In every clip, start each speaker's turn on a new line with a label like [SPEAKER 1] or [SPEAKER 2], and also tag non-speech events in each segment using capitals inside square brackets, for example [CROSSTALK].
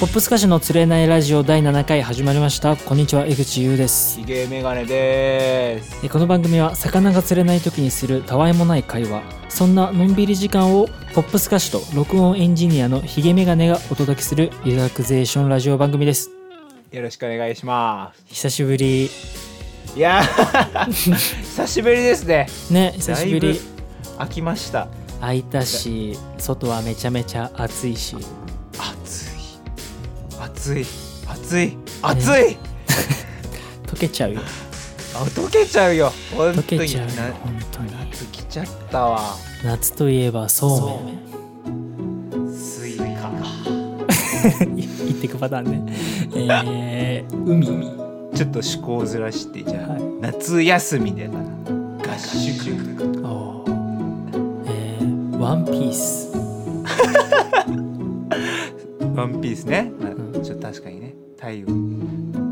[SPEAKER 1] ポップス歌手の釣れないラジオ第7回始まりましたこんにちは江口優です
[SPEAKER 2] ひげメガネです
[SPEAKER 1] えこの番組は魚が釣れない時にするたわいもない会話そんなのんびり時間をポップス歌手と録音エンジニアのヒゲメガネがお届けするリラクゼーションラジオ番組です
[SPEAKER 2] よろしくお願いしま
[SPEAKER 1] 久しぶり
[SPEAKER 2] す
[SPEAKER 1] [LAUGHS]
[SPEAKER 2] いやー久しぶりですね
[SPEAKER 1] ね久しぶ
[SPEAKER 2] だい
[SPEAKER 1] り
[SPEAKER 2] ぶ飽きました
[SPEAKER 1] 空いたし外はめちゃめちゃ暑いし
[SPEAKER 2] 暑い暑い暑い暑い、
[SPEAKER 1] 溶けちゃうよ
[SPEAKER 2] あ溶けちゃうよ本当
[SPEAKER 1] 溶
[SPEAKER 2] に
[SPEAKER 1] けちゃうよ
[SPEAKER 2] な
[SPEAKER 1] 本当に
[SPEAKER 2] 夏来ちゃったわ
[SPEAKER 1] 夏といえばそうめん
[SPEAKER 2] スイカ
[SPEAKER 1] [LAUGHS] 言ってくパターンね。えー、海。
[SPEAKER 2] ちょっと趣向ずらしてじゃあ、
[SPEAKER 1] はい
[SPEAKER 2] 夏休みでかな合宿
[SPEAKER 1] おーえー、ワンピース。
[SPEAKER 2] ワンピースね、まあ
[SPEAKER 1] うん
[SPEAKER 2] ちょっと確かにね太陽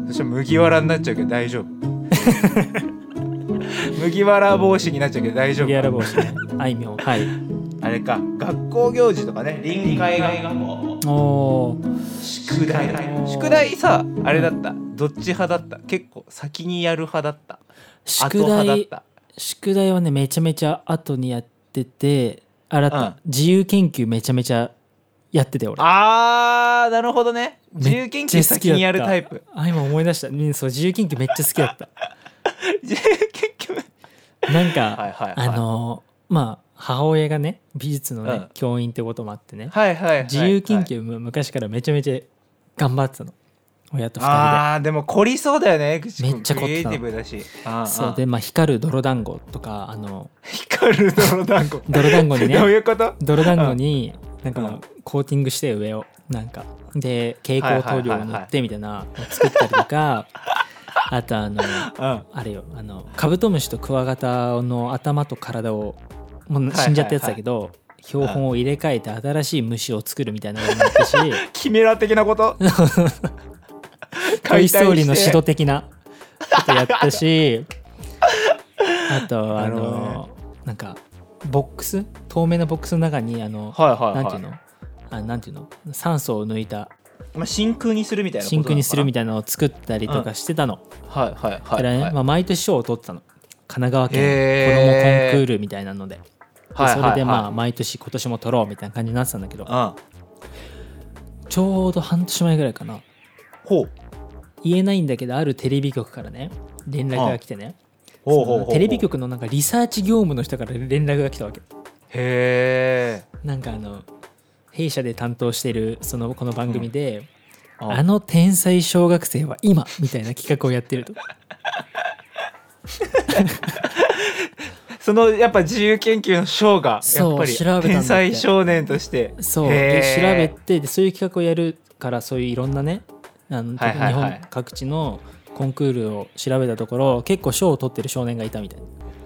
[SPEAKER 2] そしたら麦わらになっちゃうけど
[SPEAKER 1] [LAUGHS]
[SPEAKER 2] 大丈夫麦わら帽子になっちゃうけど大丈
[SPEAKER 1] 麦わら
[SPEAKER 2] 夫
[SPEAKER 1] 帽子ね。あいみょん。はい。
[SPEAKER 2] あれか学校行事とかね臨海学校
[SPEAKER 1] おー
[SPEAKER 2] 宿題宿題さあれだったどっち派だった結構先にやる派だった
[SPEAKER 1] 宿
[SPEAKER 2] 後派だっ
[SPEAKER 1] 題、
[SPEAKER 2] た
[SPEAKER 1] 宿題はね、めちゃめちゃ後にやってて、あらた、
[SPEAKER 2] うん
[SPEAKER 1] 自由研究めちゃめちゃやってて、俺。
[SPEAKER 2] あーなるほどね自由
[SPEAKER 1] め
[SPEAKER 2] 研究
[SPEAKER 1] っちゃ好き
[SPEAKER 2] 先
[SPEAKER 1] だった
[SPEAKER 2] にやるタイプ
[SPEAKER 1] あ、今思い出した。ねそう、自由研究めっちゃ好きだっ
[SPEAKER 2] [LAUGHS] 自由研究
[SPEAKER 1] た。なんか、
[SPEAKER 2] はいはいはい
[SPEAKER 1] あのーまあ、母親がね、美術のね、
[SPEAKER 2] うん
[SPEAKER 1] 教員ってこともあってね。
[SPEAKER 2] はいはいはい、はい、
[SPEAKER 1] 自由研究も昔からめちゃめちゃ頑張ってたの親と二
[SPEAKER 2] あーでも凝りそうだよね口君
[SPEAKER 1] めっちゃ凝ってた
[SPEAKER 2] クリエイティブだしあー
[SPEAKER 1] 人でそ
[SPEAKER 2] あ
[SPEAKER 1] う
[SPEAKER 2] ー
[SPEAKER 1] で、まあ、光る泥団子とかあの
[SPEAKER 2] 光る泥団子
[SPEAKER 1] 泥 [LAUGHS] 団子に
[SPEAKER 2] どう [LAUGHS]
[SPEAKER 1] ね
[SPEAKER 2] いうこと
[SPEAKER 1] 泥団子になんかもう
[SPEAKER 2] うん
[SPEAKER 1] コーティングして上をなんかで蛍光
[SPEAKER 2] はいはいは
[SPEAKER 1] 塗
[SPEAKER 2] い
[SPEAKER 1] 料を塗ってみたいなのを作ったりとか [LAUGHS] あとあの
[SPEAKER 2] うん
[SPEAKER 1] あれよあのカブトムシとクワガタの頭と体をもう
[SPEAKER 2] はい
[SPEAKER 1] 死んじゃったやつだけど、標本を入れ替えて新しい虫を作るみたいなのもあったし「
[SPEAKER 2] キメラ的なこと
[SPEAKER 1] [LAUGHS] トイ・ストーリー」の
[SPEAKER 2] 解体して
[SPEAKER 1] 指導的なことやったしあとあ
[SPEAKER 2] なるほど
[SPEAKER 1] のなんかボックス透明なボックスの中にあの、
[SPEAKER 2] はいはいはい
[SPEAKER 1] なんていうのあなんていうの酸素を抜いた
[SPEAKER 2] まあ、真空にするみたいなこと
[SPEAKER 1] 真空にするみ
[SPEAKER 2] た
[SPEAKER 1] たいなのを作ったりとかしてたの。
[SPEAKER 2] いなはいはい
[SPEAKER 1] だ
[SPEAKER 2] は
[SPEAKER 1] か
[SPEAKER 2] い
[SPEAKER 1] らね
[SPEAKER 2] はい
[SPEAKER 1] まあ、毎年賞を取ってたの神奈川県子どもコ
[SPEAKER 2] へー
[SPEAKER 1] ンクールみたいなので,で、
[SPEAKER 2] はいはいはい
[SPEAKER 1] それでまあ毎年今年も取ろうみたいな感じになってたんだけど
[SPEAKER 2] あ
[SPEAKER 1] ちょうど半年前ぐらいかな
[SPEAKER 2] ほう
[SPEAKER 1] 言えないんだけどあるテレビ局からね連絡が来てね
[SPEAKER 2] ほうほうほう
[SPEAKER 1] そ
[SPEAKER 2] ほ
[SPEAKER 1] の
[SPEAKER 2] う
[SPEAKER 1] テレビ局のなんかリサーチ業務の人から連絡が来たわけ
[SPEAKER 2] へえ
[SPEAKER 1] なんかあの弊社で担当してるそのこの番組で、
[SPEAKER 2] うん
[SPEAKER 1] あの天才小学生は今みたいな企画をやってると
[SPEAKER 2] そのやっぱ自由研究の賞が
[SPEAKER 1] そう
[SPEAKER 2] やっぱり
[SPEAKER 1] 調べたんだって
[SPEAKER 2] 天才少年として
[SPEAKER 1] そう
[SPEAKER 2] へ
[SPEAKER 1] で
[SPEAKER 2] ー
[SPEAKER 1] 調べてでそういう企画をやるからそういういろんなねあの
[SPEAKER 2] はいはいはい
[SPEAKER 1] 日本各地のコンクールを調べたところ結構賞を取ってる少年がいたみたい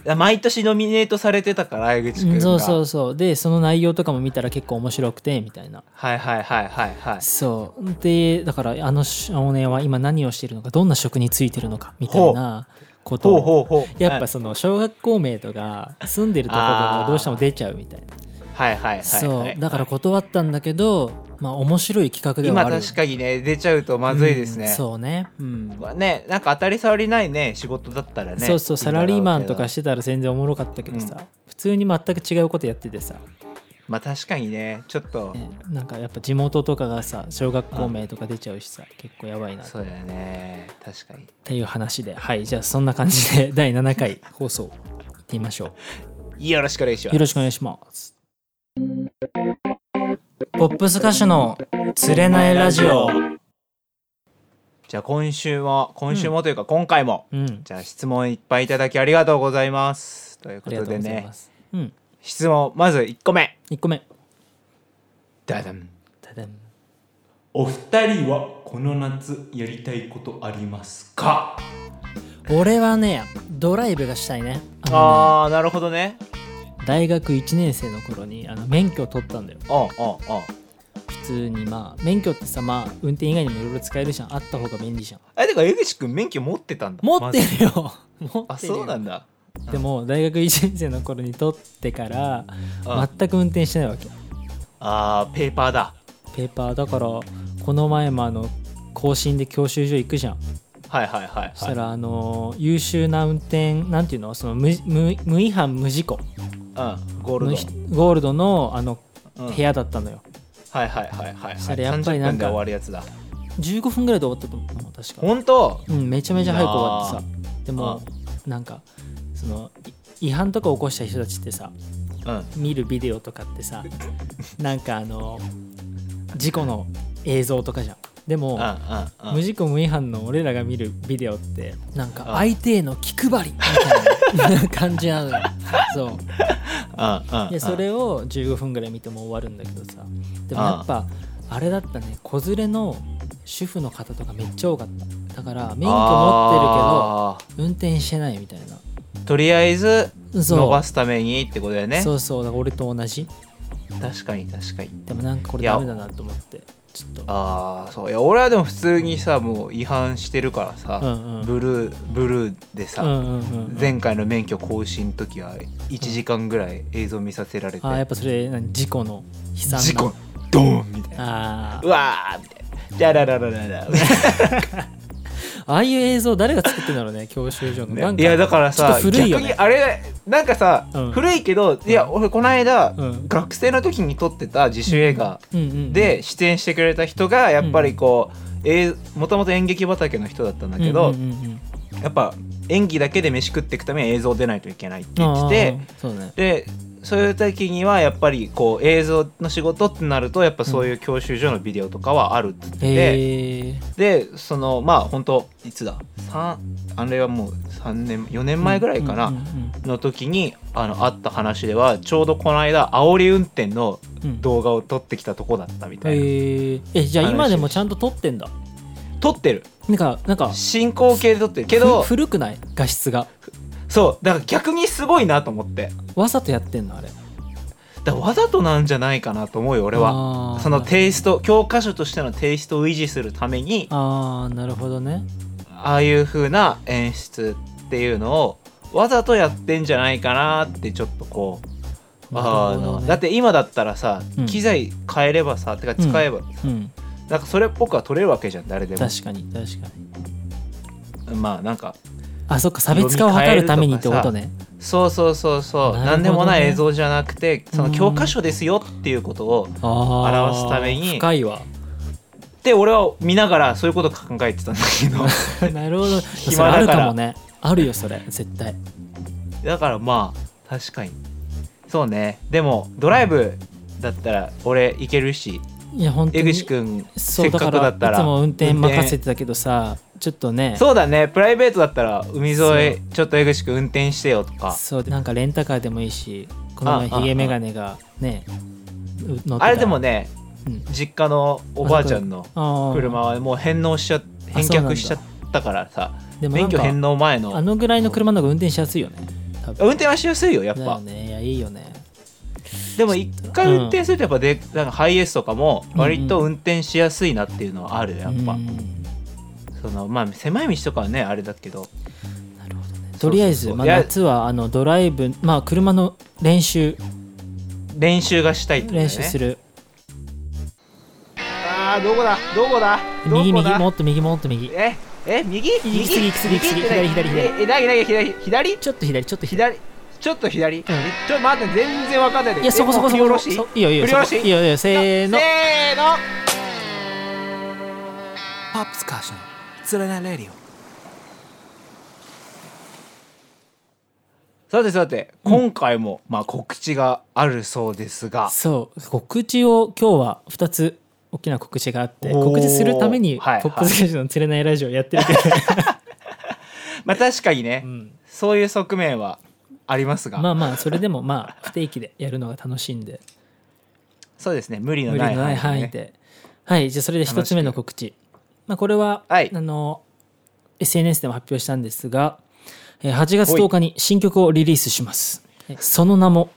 [SPEAKER 1] な
[SPEAKER 2] 毎年ノミネートされてたから江口君
[SPEAKER 1] う
[SPEAKER 2] が
[SPEAKER 1] んそうそうそうでその内容とかも見たら結構面白くてみたいな
[SPEAKER 2] はいはいはいはいはい
[SPEAKER 1] そうでだからあの少年は今何をしているのかどんな職に就いてるのかみたいなこと
[SPEAKER 2] ほう
[SPEAKER 1] を
[SPEAKER 2] ほうほう
[SPEAKER 1] やっぱその小学校名とか住んでるところがどうしても出ちゃうみたいな
[SPEAKER 2] はいはいはいはい
[SPEAKER 1] そうだから断ったんだけどまあ面白い企画ではあ
[SPEAKER 2] 今
[SPEAKER 1] る
[SPEAKER 2] 確かにね出ちゃうとまずいですね、
[SPEAKER 1] うんそうねうん
[SPEAKER 2] まあねなんか当たり障りないね仕事だったらね
[SPEAKER 1] そうそうサラリーマンとか
[SPEAKER 2] いいんだろう
[SPEAKER 1] してたら全然おもろかったけどさ、
[SPEAKER 2] う
[SPEAKER 1] 普通に全く違うことやっててさ、
[SPEAKER 2] けどまあ確かにねちょっと、
[SPEAKER 1] ねなんかやっぱ地元とかがさ小学校名とか出ちゃうしさ結構やばいなっ
[SPEAKER 2] そうだよね確かに
[SPEAKER 1] ていう話ではいじゃあそんな感じで [LAUGHS] 第7回放送いってみましょ
[SPEAKER 2] よろしくお願いしま
[SPEAKER 1] うよ
[SPEAKER 2] す
[SPEAKER 1] ろしくお願いしますポップス歌手の釣れないラジオ
[SPEAKER 2] じゃあ今週も今週もというか今回も、
[SPEAKER 1] うん
[SPEAKER 2] じゃあ質問いっぱいいただきありがとうございますという
[SPEAKER 1] あ
[SPEAKER 2] こ
[SPEAKER 1] りが
[SPEAKER 2] と
[SPEAKER 1] とう
[SPEAKER 2] で
[SPEAKER 1] ござい
[SPEAKER 2] ね
[SPEAKER 1] ます、うん
[SPEAKER 2] 質問まず1個目
[SPEAKER 1] 1個目
[SPEAKER 2] ダダン
[SPEAKER 1] ただん
[SPEAKER 2] お二人はこの夏やりたいことありますか
[SPEAKER 1] 俺はねドライブがしたいねあのね
[SPEAKER 2] あーなるほどね
[SPEAKER 1] 大学1年生の頃にあの免許を取ったんだよ
[SPEAKER 2] うんうんうん
[SPEAKER 1] 普通にまあ免許ってさまあ運転以外にもいろいろ使えるじゃんあった方が便利じゃん
[SPEAKER 2] えてか江口くん免許持ってたんだ
[SPEAKER 1] 持って
[SPEAKER 2] まず
[SPEAKER 1] るよ持
[SPEAKER 2] あ
[SPEAKER 1] ってるよ
[SPEAKER 2] そうなんだ
[SPEAKER 1] でも大学1年生の頃に取ってから
[SPEAKER 2] あ
[SPEAKER 1] 全く運転してないわけ
[SPEAKER 2] あーペーパーだ
[SPEAKER 1] ペーパーだからこの前もあの更新で教習所行くじゃん
[SPEAKER 2] はいはいはいはい
[SPEAKER 1] そしたらあのー優秀な運転なんていうのその無無無違反無事故
[SPEAKER 2] うんゴール
[SPEAKER 1] の
[SPEAKER 2] ド
[SPEAKER 1] ひゴールドのあの
[SPEAKER 2] うん
[SPEAKER 1] 部屋だったのよ、
[SPEAKER 2] はいはいはいはい
[SPEAKER 1] それやっぱりなんか
[SPEAKER 2] 30分で終わるやつだ
[SPEAKER 1] 15分ぐらいで終わったと思う確か
[SPEAKER 2] 本当
[SPEAKER 1] うん、めちゃめちゃ早く終わってさで
[SPEAKER 2] あ
[SPEAKER 1] もなんかそのい違反とか起こした人たちってさ
[SPEAKER 2] うん
[SPEAKER 1] 見るビデオとかってさなんかあの事故の映像とかじゃんでも
[SPEAKER 2] うんうんう
[SPEAKER 1] 無
[SPEAKER 2] ん
[SPEAKER 1] 事故無違反の俺らが見るビデオってなんか
[SPEAKER 2] うん
[SPEAKER 1] 相手への気配りみたいな感じなのよそ
[SPEAKER 2] うんうん
[SPEAKER 1] うでそれを15分ぐらい見ても終わるんだけどさでもやっぱあれだったね子連れの主婦の方とかめっちゃ多かっただから免許持ってるけど
[SPEAKER 2] あー
[SPEAKER 1] 運転してないみたいな
[SPEAKER 2] とりあえず
[SPEAKER 1] そう
[SPEAKER 2] 伸ばすためにってことだよね
[SPEAKER 1] そうそうだから俺と同じ
[SPEAKER 2] 確かに確かに
[SPEAKER 1] でもなんかこれ
[SPEAKER 2] いや
[SPEAKER 1] ダメだなと思ってちょっと
[SPEAKER 2] ああそういや俺はでも普通にさもう違反してるから
[SPEAKER 1] う
[SPEAKER 2] さ、
[SPEAKER 1] んうん
[SPEAKER 2] ブルーブルーで
[SPEAKER 1] う
[SPEAKER 2] さ、
[SPEAKER 1] んうんうん
[SPEAKER 2] 前回の免許更新の時は1時間ぐらい映像見させられて、
[SPEAKER 1] あーやっぱそれ何事故の悲惨な
[SPEAKER 2] 事故ドーンみたいな
[SPEAKER 1] あ
[SPEAKER 2] うわーみたいなじゃららららら
[SPEAKER 1] ーああいう映像誰が作ってるんだろ
[SPEAKER 2] [LAUGHS]
[SPEAKER 1] うね教習所の [LAUGHS] なんか
[SPEAKER 2] いやだからさ
[SPEAKER 1] ちょっと古いよ
[SPEAKER 2] 逆
[SPEAKER 1] ね
[SPEAKER 2] にあれなんかさ、
[SPEAKER 1] うん
[SPEAKER 2] 古いけどいや俺この間、
[SPEAKER 1] うん
[SPEAKER 2] 学生の時に撮ってた自主映画
[SPEAKER 1] うんうん
[SPEAKER 2] で出演してくれた人がやっぱりこう、えーもともと演劇畑の人だったんだけど、
[SPEAKER 1] うんうんうんうん
[SPEAKER 2] やっぱ演技だけで飯食っていくために映像出ないといけないって言
[SPEAKER 1] あ
[SPEAKER 2] っ
[SPEAKER 1] ー
[SPEAKER 2] て
[SPEAKER 1] そうだね
[SPEAKER 2] てでそういう時にはやっぱりこう映像の仕事ってなるとやっぱそういう教習所のビデオとかはあるって言ってて、
[SPEAKER 1] へえ
[SPEAKER 2] でそのまあ本当いつだ三あれはもう3年4年前ぐらいかな、
[SPEAKER 1] うんうんうん
[SPEAKER 2] の時にあのあった話ではちょうどこの間煽り運転の
[SPEAKER 1] うん
[SPEAKER 2] 動画を撮ってきたとこだったみたいな、
[SPEAKER 1] へーえじゃあ今でもちゃんと撮ってんだ
[SPEAKER 2] 撮ってる
[SPEAKER 1] なんかなんか
[SPEAKER 2] 進行形で撮ってるけど
[SPEAKER 1] ふ古くない画質が
[SPEAKER 2] そうだから逆にすごいなと思って
[SPEAKER 1] わざとやってんのあれ
[SPEAKER 2] だからわざとなんじゃないかなと思うよ俺は
[SPEAKER 1] は
[SPEAKER 2] そのテイスト教科書としてのテイストを維持するために
[SPEAKER 1] あーなるほどね
[SPEAKER 2] ああいう風な演出っていうのをわざとやってんじゃないかなってちょっとこうあ
[SPEAKER 1] なるほど
[SPEAKER 2] の
[SPEAKER 1] ね
[SPEAKER 2] だって今だったらさ、
[SPEAKER 1] うん
[SPEAKER 2] 機材変えればさてか使えば、
[SPEAKER 1] うん
[SPEAKER 2] なんかそれっぽくは撮れるわけじゃん誰でも
[SPEAKER 1] 確かに確かに
[SPEAKER 2] まあなんか
[SPEAKER 1] あそっか差別化を図るためにってことね
[SPEAKER 2] そうそうそうそう、
[SPEAKER 1] なるほどね
[SPEAKER 2] 何でもない映像じゃなくてその
[SPEAKER 1] うん
[SPEAKER 2] 教科書ですよっていうことを
[SPEAKER 1] あー
[SPEAKER 2] 表すために
[SPEAKER 1] 深いわ
[SPEAKER 2] で俺は見ながらそういうこと考えてたんだけ
[SPEAKER 1] [LAUGHS]
[SPEAKER 2] ど
[SPEAKER 1] なるほど
[SPEAKER 2] だ
[SPEAKER 1] そ
[SPEAKER 2] か
[SPEAKER 1] れ
[SPEAKER 2] ら
[SPEAKER 1] あるかもねあるよそれ絶対
[SPEAKER 2] だからまあ確かにそうねでもドライブだったら俺行けるし
[SPEAKER 1] いや本当
[SPEAKER 2] 江
[SPEAKER 1] に
[SPEAKER 2] 口くん
[SPEAKER 1] そう
[SPEAKER 2] せっか
[SPEAKER 1] だ
[SPEAKER 2] く
[SPEAKER 1] から
[SPEAKER 2] だったら
[SPEAKER 1] いつも運転任せてたけどさちょっとね
[SPEAKER 2] そうだねプライベートだったら海
[SPEAKER 1] そう
[SPEAKER 2] 沿いちょっと江口くん運転してよとか
[SPEAKER 1] そうなんかレンタカーでもいいしこの前
[SPEAKER 2] ああ
[SPEAKER 1] ヒゲメガネがね乗ってた
[SPEAKER 2] あれでもね
[SPEAKER 1] うん
[SPEAKER 2] 実家のおばあちゃんの
[SPEAKER 1] あー
[SPEAKER 2] 車はもう返納しちゃ返
[SPEAKER 1] そうなんだ
[SPEAKER 2] 却しちゃったからさ
[SPEAKER 1] でもな
[SPEAKER 2] 免
[SPEAKER 1] ん
[SPEAKER 2] 許
[SPEAKER 1] か
[SPEAKER 2] 返納前
[SPEAKER 1] あ
[SPEAKER 2] の
[SPEAKER 1] のぐらいの車の方が運転しやすいよね多分
[SPEAKER 2] 運転はしやすいよやっ
[SPEAKER 1] だよ
[SPEAKER 2] ぱ、
[SPEAKER 1] ねいやいいよね
[SPEAKER 2] でも一回運転するとやっぱで、なんかハイエースとかも割と運転しやすいなっていうのはあるやっぱ、
[SPEAKER 1] うん
[SPEAKER 2] そのまあ狭い道とかはねあれだけど
[SPEAKER 1] なるほどね
[SPEAKER 2] そ
[SPEAKER 1] と
[SPEAKER 2] う
[SPEAKER 1] りあえず、
[SPEAKER 2] そう
[SPEAKER 1] まあ、
[SPEAKER 2] いや
[SPEAKER 1] 夏はあのドライブ、まあ、車の練習
[SPEAKER 2] 練習がしたいってことだよ
[SPEAKER 1] 練
[SPEAKER 2] ね
[SPEAKER 1] 習する、
[SPEAKER 2] あーどこだどこだどこだ
[SPEAKER 1] 右右もっと右もっと右
[SPEAKER 2] ええ右右
[SPEAKER 1] 行き過ぎ行き過ぎ行き過ぎ
[SPEAKER 2] 右って
[SPEAKER 1] 左左左
[SPEAKER 2] ええないない左左
[SPEAKER 1] ちょっと左ちょっと左
[SPEAKER 2] 左ちょっと左、えちょっと待って全然わかんないで
[SPEAKER 1] いやそこそこそこ
[SPEAKER 2] よろしい
[SPEAKER 1] そいいよいいよ
[SPEAKER 2] 振り下ろし
[SPEAKER 1] そこいいよいいよせーの
[SPEAKER 2] せーの
[SPEAKER 1] パップスカーション
[SPEAKER 2] つれないレディオさてさて、今回もまあ告知があるそうですが
[SPEAKER 1] そう告知を今日は2つ大きな告知があって
[SPEAKER 2] おー
[SPEAKER 1] 告知するために「ポ
[SPEAKER 2] はいはい
[SPEAKER 1] ップスカーションの釣れないラジオ」やってるけど、
[SPEAKER 2] [LAUGHS] まあ確かにね、
[SPEAKER 1] うん
[SPEAKER 2] そういう側面はありますが、
[SPEAKER 1] まあまあそれでもまあ不定期でやるのが楽しいんで
[SPEAKER 2] そうですね無理の
[SPEAKER 1] 無
[SPEAKER 2] な
[SPEAKER 1] 理
[SPEAKER 2] い
[SPEAKER 1] のない
[SPEAKER 2] 範
[SPEAKER 1] 範
[SPEAKER 2] 囲
[SPEAKER 1] 囲
[SPEAKER 2] でね
[SPEAKER 1] で。はい、じゃあそれで一つ目の告知。まあ、これは、
[SPEAKER 2] はい
[SPEAKER 1] あの、SNS でも発表したんですが、えー8月10日に新曲をリリースします。えその名も、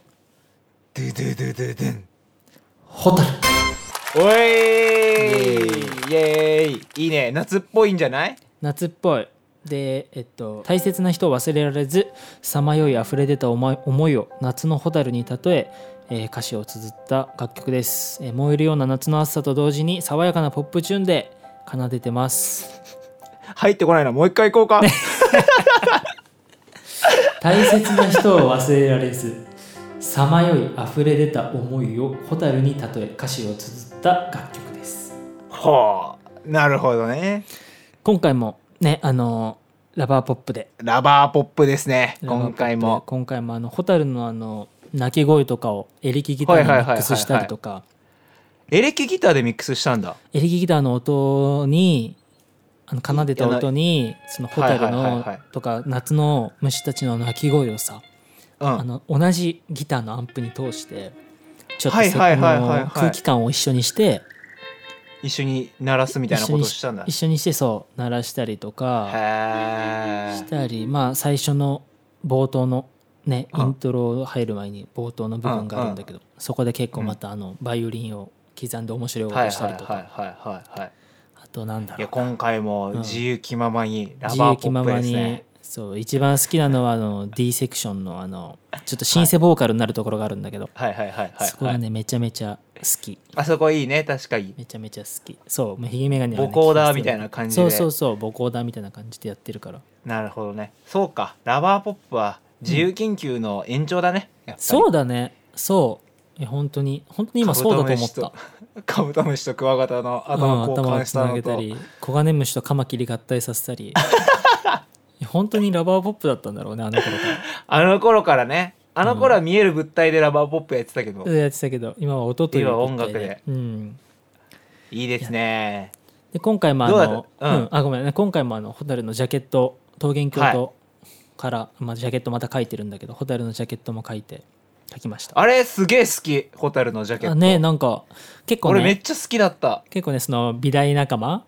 [SPEAKER 2] ドゥドゥドゥドゥドゥン
[SPEAKER 1] ホタル。
[SPEAKER 2] おいイエーイいいね夏っぽいんじゃない
[SPEAKER 1] 夏っぽい。で、えっと、大切な人を忘れられずさまよい溢れ出た思い思いを夏の蛍に例ええー歌詞を綴った楽曲です、えー燃えるような夏の暑さと同時に爽やかなポップチューンで奏でてます
[SPEAKER 2] 入ってこないなもう一回行こうか
[SPEAKER 1] 大切な人を忘れられずさまよい溢れ出た思いを蛍に例え歌詞を綴った楽曲です
[SPEAKER 2] ほうなるほどね
[SPEAKER 1] 今回もねあのーラバーポップで
[SPEAKER 2] ラバーポップですね今回
[SPEAKER 1] ラバーポップ
[SPEAKER 2] も
[SPEAKER 1] で今回もあの蛍のあの鳴き声とかをエレキギターにミ
[SPEAKER 2] はいはいはい
[SPEAKER 1] ッ
[SPEAKER 2] はい
[SPEAKER 1] クスしたりとか
[SPEAKER 2] エレキギターでミックスしたんだ
[SPEAKER 1] エレキギターの音にあの奏でた音にその蛍
[SPEAKER 2] はいはい
[SPEAKER 1] の
[SPEAKER 2] はいはい
[SPEAKER 1] とか夏の虫たちの鳴き声をさ
[SPEAKER 2] うん
[SPEAKER 1] あの同じギターのアンプに通してちょっと
[SPEAKER 2] はい
[SPEAKER 1] そこ
[SPEAKER 2] はいはいはいはい
[SPEAKER 1] の空気感を一緒にして
[SPEAKER 2] 一緒に鳴らすみたいなことをしたんだ
[SPEAKER 1] 一緒にしてそう鳴らしたりとか
[SPEAKER 2] へ
[SPEAKER 1] し
[SPEAKER 2] え
[SPEAKER 1] たりまあ最初の冒頭のね
[SPEAKER 2] うん
[SPEAKER 1] イントロ入る前に冒頭の部分があるんだけどそこで結構またあのバイオリンを刻んで面白い
[SPEAKER 2] は
[SPEAKER 1] 音
[SPEAKER 2] い
[SPEAKER 1] をした
[SPEAKER 2] はい
[SPEAKER 1] り
[SPEAKER 2] はい
[SPEAKER 1] と
[SPEAKER 2] は
[SPEAKER 1] か
[SPEAKER 2] いはいはい
[SPEAKER 1] あとなんだ
[SPEAKER 2] い
[SPEAKER 1] ろ
[SPEAKER 2] や
[SPEAKER 1] う
[SPEAKER 2] 今回も自由気ままにラ
[SPEAKER 1] 自
[SPEAKER 2] バー
[SPEAKER 1] 由
[SPEAKER 2] ポ
[SPEAKER 1] 気
[SPEAKER 2] ッ
[SPEAKER 1] ま
[SPEAKER 2] プ
[SPEAKER 1] ま
[SPEAKER 2] です
[SPEAKER 1] に、
[SPEAKER 2] ね
[SPEAKER 1] そう一番好きなのはあの D セクションのあのちょっとシンセボーカルになるところがあるんだけど、
[SPEAKER 2] はいはいはいはい
[SPEAKER 1] そこが
[SPEAKER 2] はい
[SPEAKER 1] ねめちゃめちゃ好き
[SPEAKER 2] あそこいいね確かに
[SPEAKER 1] めちゃめちゃ好きそうもうひげ眼鏡
[SPEAKER 2] ボコーダーみたいな感じで
[SPEAKER 1] そうそうそうボコーダーみたいな感じでやってるから
[SPEAKER 2] なるほどねそうかラバーポップは自由研究の延長だね、やっぱり
[SPEAKER 1] そうだねそうえ本当に本当に今そうだと思った
[SPEAKER 2] カブトムシと [LAUGHS] クワガタの
[SPEAKER 1] うん
[SPEAKER 2] 頭交
[SPEAKER 1] 頭を
[SPEAKER 2] 換し
[SPEAKER 1] つ
[SPEAKER 2] た
[SPEAKER 1] な
[SPEAKER 2] の
[SPEAKER 1] げ
[SPEAKER 2] と、
[SPEAKER 1] たり黄金虫とカマキリ合体させた
[SPEAKER 2] [LAUGHS]
[SPEAKER 1] り本当にラバーポップだったんだろうねあの頃か
[SPEAKER 2] あの頃からねあの頃は見える物体でラバーポップやってたけど、
[SPEAKER 1] らやってたけど今は音という
[SPEAKER 2] 今は
[SPEAKER 1] 物体
[SPEAKER 2] 音楽で
[SPEAKER 1] うん
[SPEAKER 2] いいですね
[SPEAKER 1] で今回もあ
[SPEAKER 2] どうだ
[SPEAKER 1] の
[SPEAKER 2] っ
[SPEAKER 1] う
[SPEAKER 2] たうん
[SPEAKER 1] ん、あごめんね今回もあの蛍のジャケット桃源郷
[SPEAKER 2] は
[SPEAKER 1] とから、まあ、ジャケットまた書いてるんだけど蛍のジャケットも書いて書きました
[SPEAKER 2] あれすげえ好きホタルのジャケッ
[SPEAKER 1] あ
[SPEAKER 2] ト、
[SPEAKER 1] ねなんか結構
[SPEAKER 2] 俺めっ
[SPEAKER 1] ね
[SPEAKER 2] ちゃ好きだった
[SPEAKER 1] 結構ねその美大仲間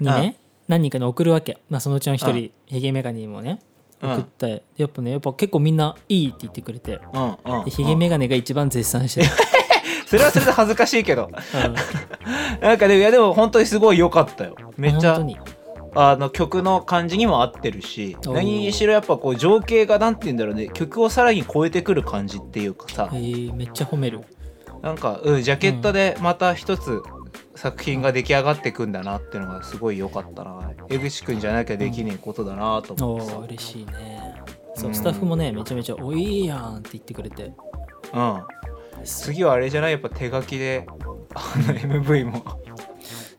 [SPEAKER 1] にね何人かに送るわけ、まあ、そのうちの一
[SPEAKER 2] う
[SPEAKER 1] 人ヒゲメガネにもね
[SPEAKER 2] うん
[SPEAKER 1] 送って、やっぱねやっぱ結構みんないいって言ってくれて
[SPEAKER 2] うんうん、うん
[SPEAKER 1] でヒゲメガネが一番絶賛して
[SPEAKER 2] それはそれで恥ずかしいけど
[SPEAKER 1] た、うん
[SPEAKER 2] なんかでもいやでも本当にすごい良かったよめっち
[SPEAKER 1] 本当
[SPEAKER 2] ゃ
[SPEAKER 1] に
[SPEAKER 2] あの曲の感じにも合ってるし
[SPEAKER 1] おー
[SPEAKER 2] 何しろやっぱこう情景がなんて言うんだろうね曲をさらに超えてくる感じっていうかさ
[SPEAKER 1] えーめっちゃ褒める
[SPEAKER 2] なんか、うん、ジャケットでまた一つ作品が出来上がってくんだなっていうのがすごい良かったな江口くんじゃなきゃできねえことだなと
[SPEAKER 1] お
[SPEAKER 2] 思ってさ、
[SPEAKER 1] ー
[SPEAKER 2] うん、
[SPEAKER 1] 嬉しいねそううんスタッフもねめちゃめちゃ「おいいやん」って言ってくれて
[SPEAKER 2] 次はあれじゃないやっぱ手書きであの MV もこ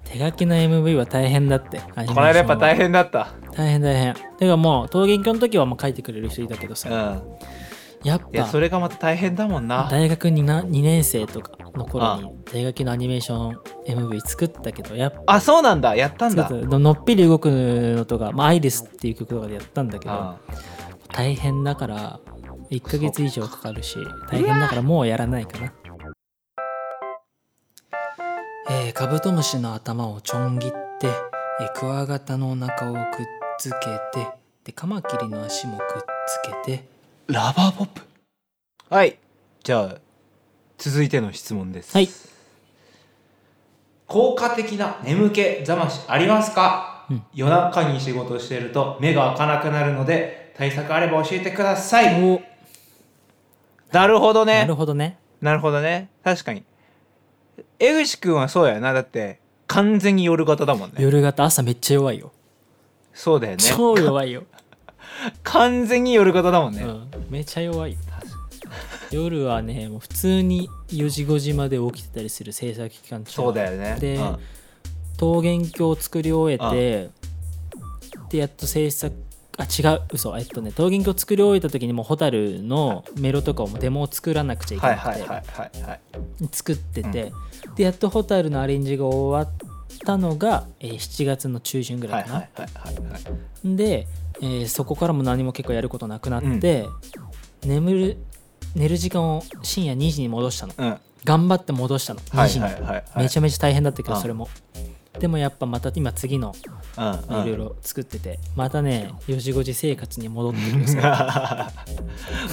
[SPEAKER 1] 手書きの MV は大変だってこ
[SPEAKER 2] の間やっぱ大変だった
[SPEAKER 1] 大変大変てかもう桃源郷の時はもう書いてくれる人いたけど
[SPEAKER 2] う
[SPEAKER 1] さ、
[SPEAKER 2] ん
[SPEAKER 1] やっ
[SPEAKER 2] いや
[SPEAKER 1] ぱ
[SPEAKER 2] それがまた大変だもんな
[SPEAKER 1] 大学にな2年生とかの頃
[SPEAKER 2] あ
[SPEAKER 1] に手書きのアニメーション MV 作ったけどやっぱ
[SPEAKER 2] あそうなんだやったんだ
[SPEAKER 1] 作ったののっぴり動くのとか「まあ、アイリス」っていう曲とかでやったんだけど
[SPEAKER 2] あ
[SPEAKER 1] 大変だから1ヶ月以上かかるし大変だからもうやらないかな。えーカブトムシの頭をちょん切って、えークワガタのお腹をくっつけてでカマキリの足もくっつけて
[SPEAKER 2] ラバーポップはいじゃあ続いての質問です
[SPEAKER 1] はい
[SPEAKER 2] 効果的な眠気覚ましありますか、
[SPEAKER 1] うん
[SPEAKER 2] 夜中に仕事してると目が開かなくなるので対策あれば教えてください
[SPEAKER 1] お
[SPEAKER 2] なるほど
[SPEAKER 1] な
[SPEAKER 2] ね
[SPEAKER 1] るほどね
[SPEAKER 2] なるほどね確かに江口くんはそうやなだって完全に夜型だもんね
[SPEAKER 1] 夜型朝めっちゃ弱いよ
[SPEAKER 2] そうだよね
[SPEAKER 1] 超弱いよ、
[SPEAKER 2] 完全に夜型だもんね、
[SPEAKER 1] うん、めちゃ弱いよ夜はねもう普通に4時5時まで起きてたりする制作期間中
[SPEAKER 2] そうだよね
[SPEAKER 1] で
[SPEAKER 2] うん
[SPEAKER 1] 桃源郷を作り終えてでやっと制作あ違う嘘えっとね桃源郷を作り終えた時にもう蛍のメロとかをもうデモを作らなくちゃいけ
[SPEAKER 2] は
[SPEAKER 1] ないくて、
[SPEAKER 2] はいはいはいはい
[SPEAKER 1] 作ってて、でやっと蛍のアレンジが終わったのが、えー7月の中旬ぐ
[SPEAKER 2] は
[SPEAKER 1] らい
[SPEAKER 2] い
[SPEAKER 1] かな、
[SPEAKER 2] はいはいはいはい
[SPEAKER 1] で、えーそこからも何も結構やることなくなって、眠る寝る時間を深夜2時に戻したの
[SPEAKER 2] うんは
[SPEAKER 1] 頑張って戻したの2
[SPEAKER 2] い
[SPEAKER 1] 時に、
[SPEAKER 2] はいはいはい
[SPEAKER 1] めちゃめちゃ大変だったけど、
[SPEAKER 2] うん
[SPEAKER 1] それもでもやっぱまた今次のい
[SPEAKER 2] うんうん
[SPEAKER 1] ろいろ作ってて、またね4時5時生活に戻ってくるんですよ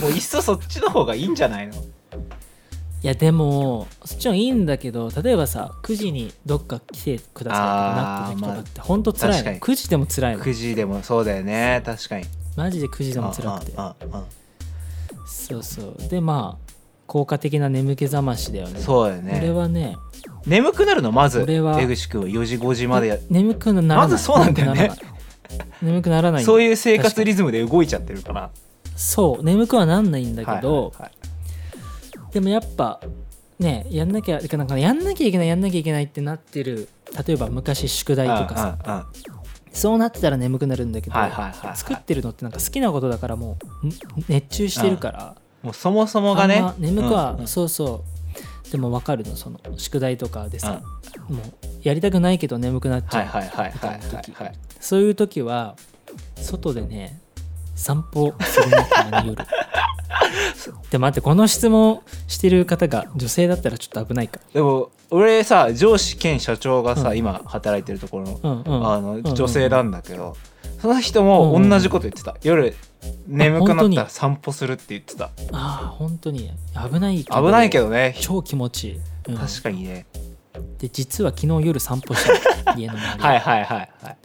[SPEAKER 2] もういっそそっちの方がいいんじゃないの
[SPEAKER 1] いやでもそっちもいいんだけど例えばさ9時にどっか来てくださいってなった時とかってほんとつらい
[SPEAKER 2] 確か
[SPEAKER 1] の
[SPEAKER 2] に
[SPEAKER 1] 9時でもつらいの
[SPEAKER 2] 9時でもそうだよね確かに
[SPEAKER 1] マジで9時でもつらくて
[SPEAKER 2] あああ
[SPEAKER 1] そうそうでまあ効果的な眠気覚ましだよ
[SPEAKER 2] あ
[SPEAKER 1] ね
[SPEAKER 2] そうだよ
[SPEAKER 1] これ
[SPEAKER 2] ね
[SPEAKER 1] はね
[SPEAKER 2] 眠くなるのまず
[SPEAKER 1] 俺は
[SPEAKER 2] 江口君は4時5時までや
[SPEAKER 1] 眠くならない
[SPEAKER 2] まずそうなんだよね
[SPEAKER 1] 眠くならない眠くならない
[SPEAKER 2] そういう生活リズムで動いちゃってるから
[SPEAKER 1] そう眠くはなんないんだけど、
[SPEAKER 2] はいはい
[SPEAKER 1] でもやっぱねやんなきゃてかなんかやんなきゃいけないやんなきゃいけないってなってる例えば昔宿題
[SPEAKER 2] はい
[SPEAKER 1] とかさそうなってたら眠くなるんだけど、
[SPEAKER 2] はいはいはいはい
[SPEAKER 1] 作ってるのってなんか好きなことだからもうん熱中してるから、
[SPEAKER 2] もうそもそもが
[SPEAKER 1] あ
[SPEAKER 2] ね
[SPEAKER 1] んま眠くは、
[SPEAKER 2] うん
[SPEAKER 1] そうそうでも分かるのその宿題とかでさ、もうやりたくないけど眠くなっちゃう、
[SPEAKER 2] はいはいはいはいはいはい
[SPEAKER 1] そういう時は外でね散歩するのたまに
[SPEAKER 2] [LAUGHS]
[SPEAKER 1] 夜で待ってこの質問してる方が女性だったらちょっと危ないか
[SPEAKER 2] でも俺さ上司兼社長がさ、
[SPEAKER 1] うん
[SPEAKER 2] 今働いてるところの,、
[SPEAKER 1] うんうん
[SPEAKER 2] あ
[SPEAKER 1] うんう
[SPEAKER 2] の
[SPEAKER 1] んうん
[SPEAKER 2] 女性なんだけど、その人も同じこと言ってた、夜眠くなったら散歩するって言ってた
[SPEAKER 1] ああ本当に危ない
[SPEAKER 2] 危ないけどね、
[SPEAKER 1] 超気持ちいい、うん
[SPEAKER 2] 確かにね
[SPEAKER 1] で実は昨日夜散歩したの家の周り、
[SPEAKER 2] はいはいはいはい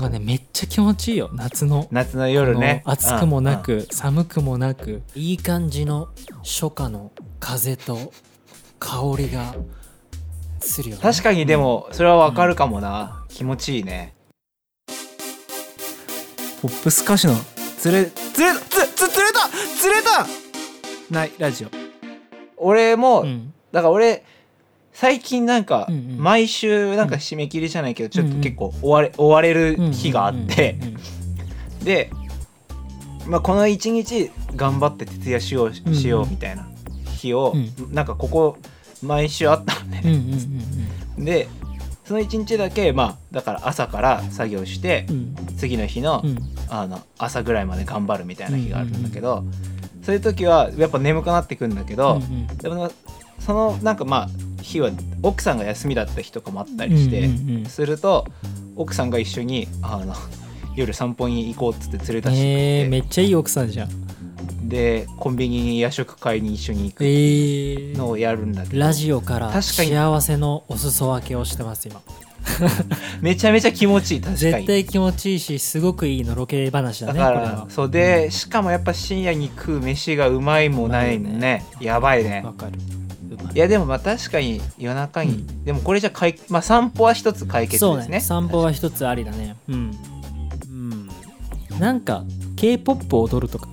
[SPEAKER 1] がねめっちゃ気持ちいいよ夏の
[SPEAKER 2] 夏の夜ね
[SPEAKER 1] あの暑くもな
[SPEAKER 2] うん
[SPEAKER 1] く、寒くもなくいい感じの初夏の風と香りがするよ、ね、
[SPEAKER 2] 確かにでもそれはわかるかもな、気持ちいいねポップス歌手のつれつれつつ釣れた釣れたないラジオ俺も、
[SPEAKER 1] うん
[SPEAKER 2] だから俺最近なんか
[SPEAKER 1] うんうん
[SPEAKER 2] 毎週なんか締め切りじゃないけどちょっと結構追われ追われる日があっ
[SPEAKER 1] う
[SPEAKER 2] て
[SPEAKER 1] んうんうん
[SPEAKER 2] で、まあ、この一日頑張って徹夜しようし
[SPEAKER 1] うんうん
[SPEAKER 2] しようみたいな日を
[SPEAKER 1] う
[SPEAKER 2] なんかここ毎週あったのね
[SPEAKER 1] うんうん
[SPEAKER 2] でその一日だけまあだから朝から作業して
[SPEAKER 1] うんうん
[SPEAKER 2] 次の日の,、
[SPEAKER 1] うん
[SPEAKER 2] あの朝ぐらいまで頑張るみたいな日があるんだけど、そういう時はやっぱ眠くなってくんだけど、
[SPEAKER 1] うん
[SPEAKER 2] でもそのなんかまあ日は奥さんが休みだった日とかもあったりして、
[SPEAKER 1] うんうんうん
[SPEAKER 2] すると奥さんが一緒にあの夜散歩に行こうっつって連れ出してく
[SPEAKER 1] えー、
[SPEAKER 2] れ
[SPEAKER 1] めっちゃいい奥さんじゃん
[SPEAKER 2] て、でコンビニに夜食買いに一緒に
[SPEAKER 1] え
[SPEAKER 2] 行く
[SPEAKER 1] ー、
[SPEAKER 2] のをやるんだけど、
[SPEAKER 1] ラジオから
[SPEAKER 2] 確かに
[SPEAKER 1] 幸せのお裾分けをしてます今
[SPEAKER 2] めちゃめちゃ気持ちいい確か
[SPEAKER 1] 絶
[SPEAKER 2] に。
[SPEAKER 1] 対気持ちいいしすごくいいのろけ話だ
[SPEAKER 2] だ
[SPEAKER 1] ね
[SPEAKER 2] か
[SPEAKER 1] これ
[SPEAKER 2] ら
[SPEAKER 1] は
[SPEAKER 2] そうでしかもやっぱ深夜に食う飯がうまいもないのねやばいね
[SPEAKER 1] わかるうまい
[SPEAKER 2] いやでもまあ確かに夜中に、でもこれじゃかい、まあ、散歩は一つ解決
[SPEAKER 1] そう
[SPEAKER 2] で
[SPEAKER 1] だ
[SPEAKER 2] すね
[SPEAKER 1] ね散歩は一つありだねうん、うん、なんか k p o p を踊るとか、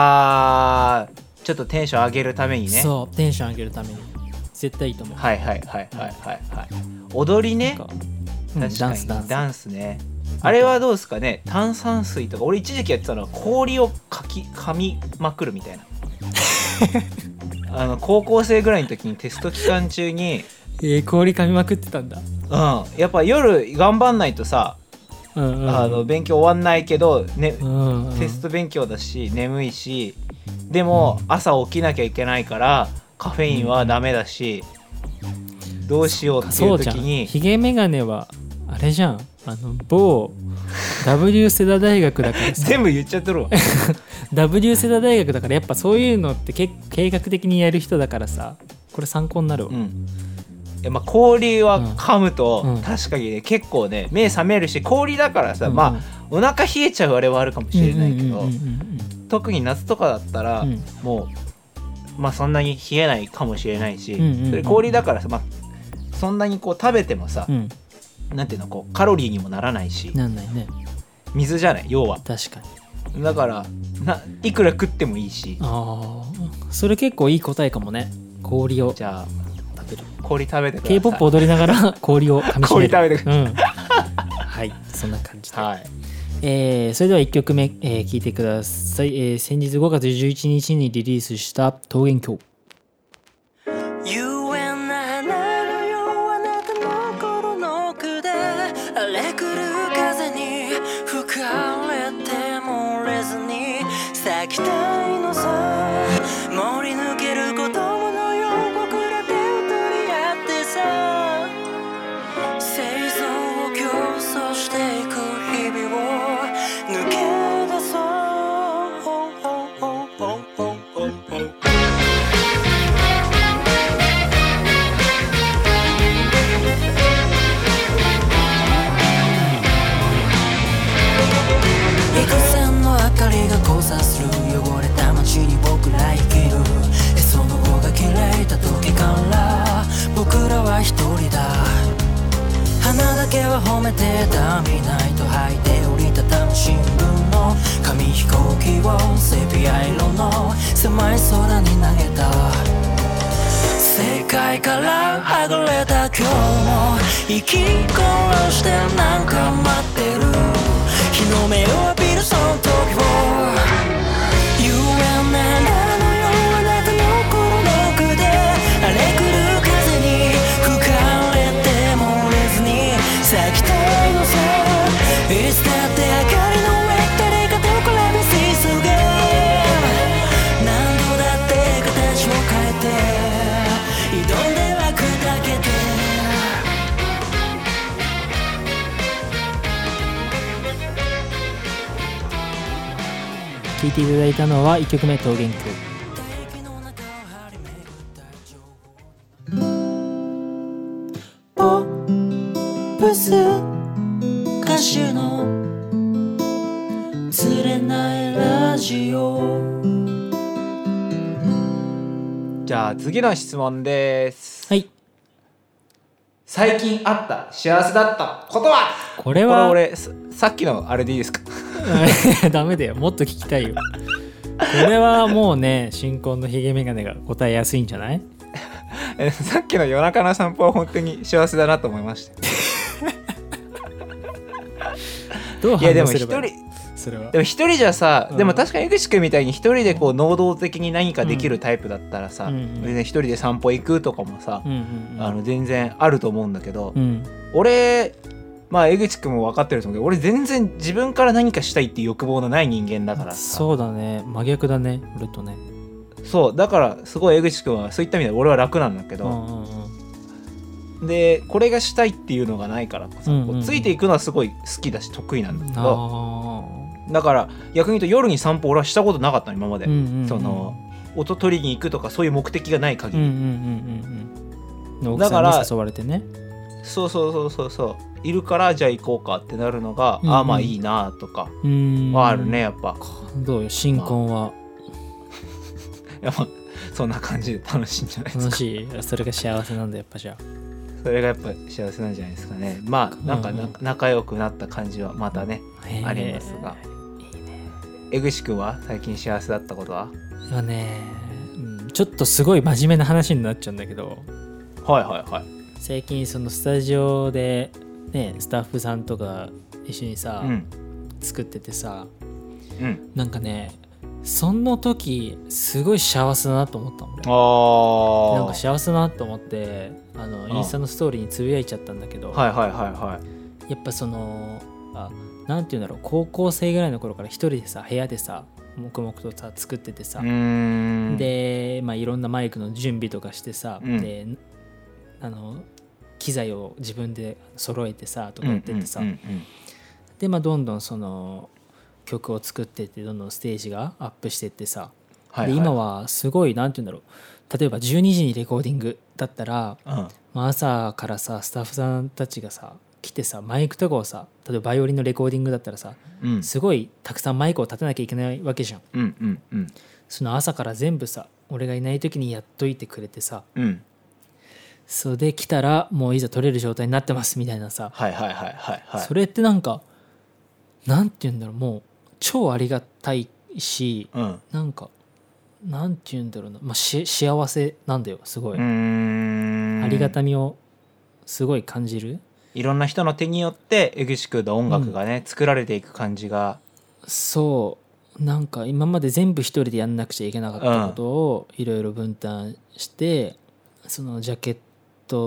[SPEAKER 2] あーちょっとテンション上げるためにね
[SPEAKER 1] そうテンション上げるために絶対いいと思う、
[SPEAKER 2] はいはいはいはいはいはい踊りね
[SPEAKER 1] なんかうん
[SPEAKER 2] 確
[SPEAKER 1] ダ
[SPEAKER 2] か
[SPEAKER 1] ンス
[SPEAKER 2] に
[SPEAKER 1] ダンス
[SPEAKER 2] ダンスねあれはどうですかね炭酸水とか俺一時期やってたのは氷をかき噛みまくるみ
[SPEAKER 1] [LAUGHS]
[SPEAKER 2] たいなあの高校生ぐらいの時にテスト期間中に
[SPEAKER 1] えー、氷噛みまくってたんだ
[SPEAKER 2] うん、やっぱ夜頑張んないとさ、
[SPEAKER 1] うんうん
[SPEAKER 2] あの勉強終わんないけど、ね
[SPEAKER 1] うんうん
[SPEAKER 2] テスト勉強だし眠いしでも朝起きなきゃいけないからカフェインはダメだし、どうしようってい
[SPEAKER 1] そううじゃ
[SPEAKER 2] 時
[SPEAKER 1] ん
[SPEAKER 2] に
[SPEAKER 1] ヒゲメガネはあれじゃんあの某 W 世代大学だから
[SPEAKER 2] [LAUGHS]
[SPEAKER 1] さ
[SPEAKER 2] 全部言っちゃってるわ
[SPEAKER 1] W 世代大学だからやっぱそういうのってけ計画的にやる人だからさこれ参考になるわ、
[SPEAKER 2] うんいやまあ、氷は噛むと、
[SPEAKER 1] うん
[SPEAKER 2] 確かにね結構ね目覚めるし氷だからさ、まあお腹冷えちゃうあれはあるかもしれないけど、
[SPEAKER 1] うんうんうん
[SPEAKER 2] 特に夏とかだったら、
[SPEAKER 1] うんうん
[SPEAKER 2] もう、まあ、そんなに冷えないかもしれないし、
[SPEAKER 1] うんうんうん
[SPEAKER 2] それ氷だからさ、まあ、そんなにこう食べてもさ
[SPEAKER 1] う、ん
[SPEAKER 2] なんていうのこうカロリーにもならないし
[SPEAKER 1] なんないね
[SPEAKER 2] 水じゃない要は
[SPEAKER 1] 確かに
[SPEAKER 2] だからないくら食ってもいいし
[SPEAKER 1] ああそれ結構いい答えかもね氷を
[SPEAKER 2] じゃあ
[SPEAKER 1] 食べる
[SPEAKER 2] 氷食べてください
[SPEAKER 1] k p o p 踊りながら [LAUGHS] 氷を噛みしめ
[SPEAKER 2] 氷
[SPEAKER 1] る
[SPEAKER 2] 食べてくだ
[SPEAKER 1] うんはいそんな感じで、
[SPEAKER 2] はい
[SPEAKER 1] えーそれでは1曲目、えー聴いてください、えー先日5月11日にリリースした「桃源郷
[SPEAKER 3] ゆえな花のよあなたの頃の句で荒れ狂う風に吹かれて漏れずに咲きたいのさ盛り抜ける子供のよう僕ら手を取り合ってさ生存を競争していく日々を抜け出そうは褒めてたみないと履いて折りたたむ新聞の紙飛行機をセピア色の狭い空に投げた世界からはぐれた今日も息殺してなんか待ってる日の目を浴びるその時を夢ならのようなたのこの奥で荒れ狂う風に吹かれてもれずに咲きたいのさいつだって明かりの上誰かと比べすぎ何度だって形を変えて挑んでは砕けて
[SPEAKER 1] 聴いていただいたのは1曲目「桃源郷」
[SPEAKER 3] 敵の中を張り巡った情報ポップス歌手の釣れないラジオ
[SPEAKER 2] じゃあ次の質問です
[SPEAKER 1] はい
[SPEAKER 2] 最近あった幸せだったことは
[SPEAKER 1] これは
[SPEAKER 2] これ俺ささっきのあれでいいですか
[SPEAKER 1] [LAUGHS]
[SPEAKER 2] [LAUGHS]
[SPEAKER 1] ダメだよもっと聞きたいよこれはもうね新婚のヒゲメガネが答えやすいんじゃない
[SPEAKER 2] えさっきの夜中の散歩は本当に幸せだなと思いました
[SPEAKER 1] どう
[SPEAKER 2] い
[SPEAKER 1] 反
[SPEAKER 2] やで
[SPEAKER 1] 応
[SPEAKER 2] も
[SPEAKER 1] す
[SPEAKER 2] 一
[SPEAKER 1] ればい
[SPEAKER 2] 人
[SPEAKER 1] いそれは
[SPEAKER 2] でも一人じゃさ、
[SPEAKER 1] うん
[SPEAKER 2] でも確かに江口君みたいに一人でこう能動的に何かできるタイプだったらさ、
[SPEAKER 1] うんうん
[SPEAKER 2] 全然一人で散歩行くとかもさ
[SPEAKER 1] う、んうんうん
[SPEAKER 2] あの全然あると思うんだけど、
[SPEAKER 1] うん
[SPEAKER 2] 俺まあ江口君も分かってると思うけど俺全然自分から何かしたいっていう欲望のない人間だからさ
[SPEAKER 1] そうだね真逆だね俺とね
[SPEAKER 2] そうだからすごい江口君はそういった意味で俺は楽なんだけ
[SPEAKER 1] うんう
[SPEAKER 2] ど、
[SPEAKER 1] んうん
[SPEAKER 2] でこれがしたいっていうのがないからさ、
[SPEAKER 1] うんうんうん
[SPEAKER 2] こうついていくのはすごい好きだし得意なんだけど
[SPEAKER 1] あ
[SPEAKER 2] だから逆に言うと夜に散歩俺はしたことなかったの今まで、
[SPEAKER 1] あうんうんうん
[SPEAKER 2] その音取りに行くとかそういう目的がない限
[SPEAKER 1] うんう
[SPEAKER 2] り、
[SPEAKER 1] んうんうんうん
[SPEAKER 2] だ
[SPEAKER 1] だ
[SPEAKER 2] か
[SPEAKER 1] からら誘われてね
[SPEAKER 2] そうそうそうそうそういるからじゃあ行こうかってなるのが、
[SPEAKER 1] うんうん
[SPEAKER 2] ああまあいいなとか
[SPEAKER 1] うーん
[SPEAKER 2] はあるねやっぱ、
[SPEAKER 1] どうよ新婚は
[SPEAKER 2] やっぱそんな感じで楽しいんじゃないです
[SPEAKER 1] 楽
[SPEAKER 2] か
[SPEAKER 1] しいそれが幸せなんだやっぱじゃあ
[SPEAKER 2] それがやっぱ幸せなんじゃないですかねまあなんかな
[SPEAKER 1] うんうん
[SPEAKER 2] 仲良くなった感じはまたね
[SPEAKER 1] へー
[SPEAKER 2] ありますが
[SPEAKER 1] いいね
[SPEAKER 2] 江口くんは最近幸せだったことは
[SPEAKER 1] 今ね、うん、ちょっとすごい真面目な話になっちゃうんだけど
[SPEAKER 2] はいはいはい
[SPEAKER 1] 最近そのスタジオでねスタッフさんとか一緒にさ、
[SPEAKER 2] うん
[SPEAKER 1] 作っててさ
[SPEAKER 2] うん
[SPEAKER 1] なんかねその時すごい幸せだなと思ったの俺な
[SPEAKER 2] あ
[SPEAKER 1] んか幸せだなと思ってあの
[SPEAKER 2] ん
[SPEAKER 1] インスタのストーリーにつぶやいちゃったんだけど、
[SPEAKER 2] あはいはいはいはい
[SPEAKER 1] やっぱそのあなんて言うんだろう高校生ぐらいの頃から一人でさ部屋でさ黙々とさ作っててさ、
[SPEAKER 2] うーん
[SPEAKER 1] で、まあ、いろんなマイクの準備とかしてさ、
[SPEAKER 2] うん
[SPEAKER 1] であの機材を自分で揃えてさとかやってってさ、
[SPEAKER 2] うんうんうん
[SPEAKER 1] で、まあ、どんどんその曲を作ってってどんどんステージがアップしてってさ、
[SPEAKER 2] はい
[SPEAKER 1] で今
[SPEAKER 2] は
[SPEAKER 1] はすごいなんて言うんだろう例えば12時にレコーディングだったら、
[SPEAKER 2] いうん
[SPEAKER 1] まあ、朝からさスタッフさんたちがさ来てさマイクとかをさ例えばバイオリンのレコーディングだったらさ
[SPEAKER 2] うん
[SPEAKER 1] すごいたくさんマイクを立てなきゃいけないわけじゃん。
[SPEAKER 2] うんうんうん
[SPEAKER 1] その朝から全部さ俺がいない時にやっといてくれてさ
[SPEAKER 2] うん
[SPEAKER 1] それで来たらもういざ取れる状態になってますみたいなさ、
[SPEAKER 2] はいはいはいはいはい
[SPEAKER 1] それってなんかなんて言うんだろうもう超ありがたいし
[SPEAKER 2] うんう
[SPEAKER 1] なんかなんて言うんだろうな、まあ、し幸せなんだよすごい、
[SPEAKER 2] ーん
[SPEAKER 1] ありがたみをすごい感じる
[SPEAKER 2] いろんな人の手によってエグシクの音楽がね、作られていく感じが
[SPEAKER 1] そうなんか今まで全部一人でやんなくちゃいけなかったことをいろいろ分担して、そのジャケット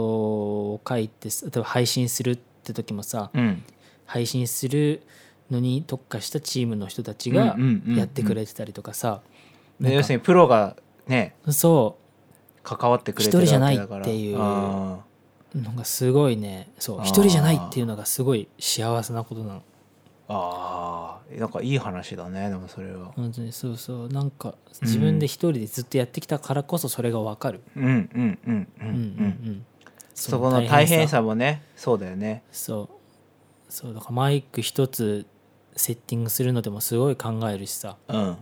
[SPEAKER 1] を書いて例えば配信するって時もさ、
[SPEAKER 2] うん
[SPEAKER 1] 配信するのに特化したチームの人たちが
[SPEAKER 2] うんうんうんうん
[SPEAKER 1] やってくれてたりとかさ、
[SPEAKER 2] で
[SPEAKER 1] なん
[SPEAKER 2] 要
[SPEAKER 1] か
[SPEAKER 2] するにプロがね
[SPEAKER 1] そ
[SPEAKER 2] 関わってくれてるわ
[SPEAKER 1] 一人じゃない
[SPEAKER 2] けだから
[SPEAKER 1] っていう
[SPEAKER 2] あ
[SPEAKER 1] うなんかすごいねそう
[SPEAKER 2] あー
[SPEAKER 1] 一人じゃないっていうのがすごい幸せなことなの
[SPEAKER 2] ーあーなんかいい話だねでもそれは
[SPEAKER 1] 本当にそうそうなんか自分で一人でずっとやってきたからこそそれがわかる、
[SPEAKER 2] うんうんうんうんう
[SPEAKER 1] うんんうんうん、
[SPEAKER 2] そこの大変さもねそうだよね
[SPEAKER 1] そうそうだからマイク一つセッティングするのでもすごい考えるしさ
[SPEAKER 2] うん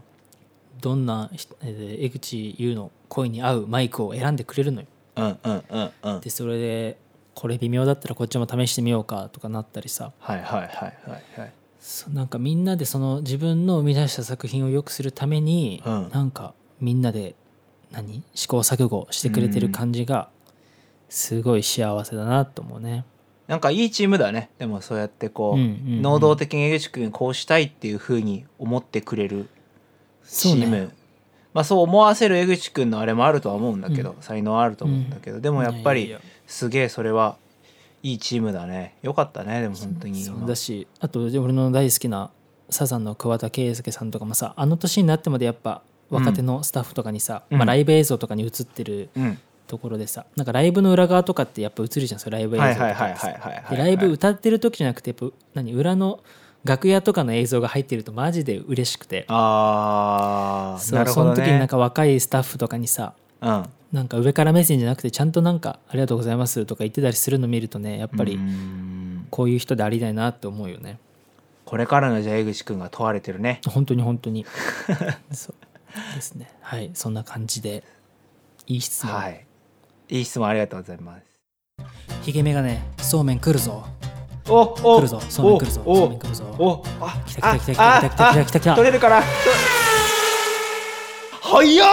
[SPEAKER 1] どんなひえー江口優の声に合うマイクを選んでくれるのよ
[SPEAKER 2] うんうんうんうん
[SPEAKER 1] でそれでこれ微妙だったらこっちも試してみようかとかなったりさ
[SPEAKER 2] はいはいはいはいはい
[SPEAKER 1] そなんかみんなでその自分の生み出した作品を良くするために、
[SPEAKER 2] うん
[SPEAKER 1] なんかみんなで何試行錯誤してくれてる感じがすごい幸せだなと思うね。
[SPEAKER 2] なんかいいチームだねでもそうやってこう、
[SPEAKER 1] うんうんうん
[SPEAKER 2] 能動的に江口君こうしたいっていうふうに思ってくれるチー
[SPEAKER 1] そう
[SPEAKER 2] ム
[SPEAKER 1] ね
[SPEAKER 2] まあ、そう思わせる江口君のあれもあるとは思うんだけど、
[SPEAKER 1] うん
[SPEAKER 2] 才能はあると思うんだけど、でもやっぱ
[SPEAKER 1] いや
[SPEAKER 2] り
[SPEAKER 1] いや
[SPEAKER 2] すげえそれはいいチームだねよかったねでも本当に
[SPEAKER 1] そうだしあと俺の大好きなサザンの桑田佳祐さんとかもさあの年になってまでやっぱ若手のスタッフとかにさ、
[SPEAKER 2] うん
[SPEAKER 1] まあ、ライブ映像とかに映ってる
[SPEAKER 2] うん
[SPEAKER 1] ところでさなんかライブの裏側とかってやっぱ映るじゃんそれライブ映像
[SPEAKER 2] は
[SPEAKER 1] と
[SPEAKER 2] い
[SPEAKER 1] か
[SPEAKER 2] は
[SPEAKER 1] って
[SPEAKER 2] い
[SPEAKER 1] さ
[SPEAKER 2] はいはいはいはい
[SPEAKER 1] でライブ歌ってる時じゃなくてやっぱ何裏の楽屋とかの映像が入ってるとマジで嬉しくて
[SPEAKER 2] あー
[SPEAKER 1] そう
[SPEAKER 2] なるほどね
[SPEAKER 1] その時になんか若いスタッフとかにさ
[SPEAKER 2] うん、やっ
[SPEAKER 1] なんか上から目線じゃなくてちゃんとなんか「ありがとうございます」とか言ってたりするの見るとねやっぱりこういう人でありたいなって思うよね
[SPEAKER 2] これからのじゃあ江口君が問われてるね
[SPEAKER 1] 本当に本当にそうですねはいそんな感じでいい質問、
[SPEAKER 2] はいいい質問ありがとうございます
[SPEAKER 1] ヒゲメガネそうめん来るぞ
[SPEAKER 2] おお
[SPEAKER 1] 来るぞそうめん来るぞ
[SPEAKER 2] お
[SPEAKER 1] そうめん来るぞ
[SPEAKER 2] おおあ
[SPEAKER 1] 来た来た来
[SPEAKER 2] あ
[SPEAKER 1] た来た来た来た
[SPEAKER 2] あ
[SPEAKER 1] 来た来た
[SPEAKER 2] 取れるから早っ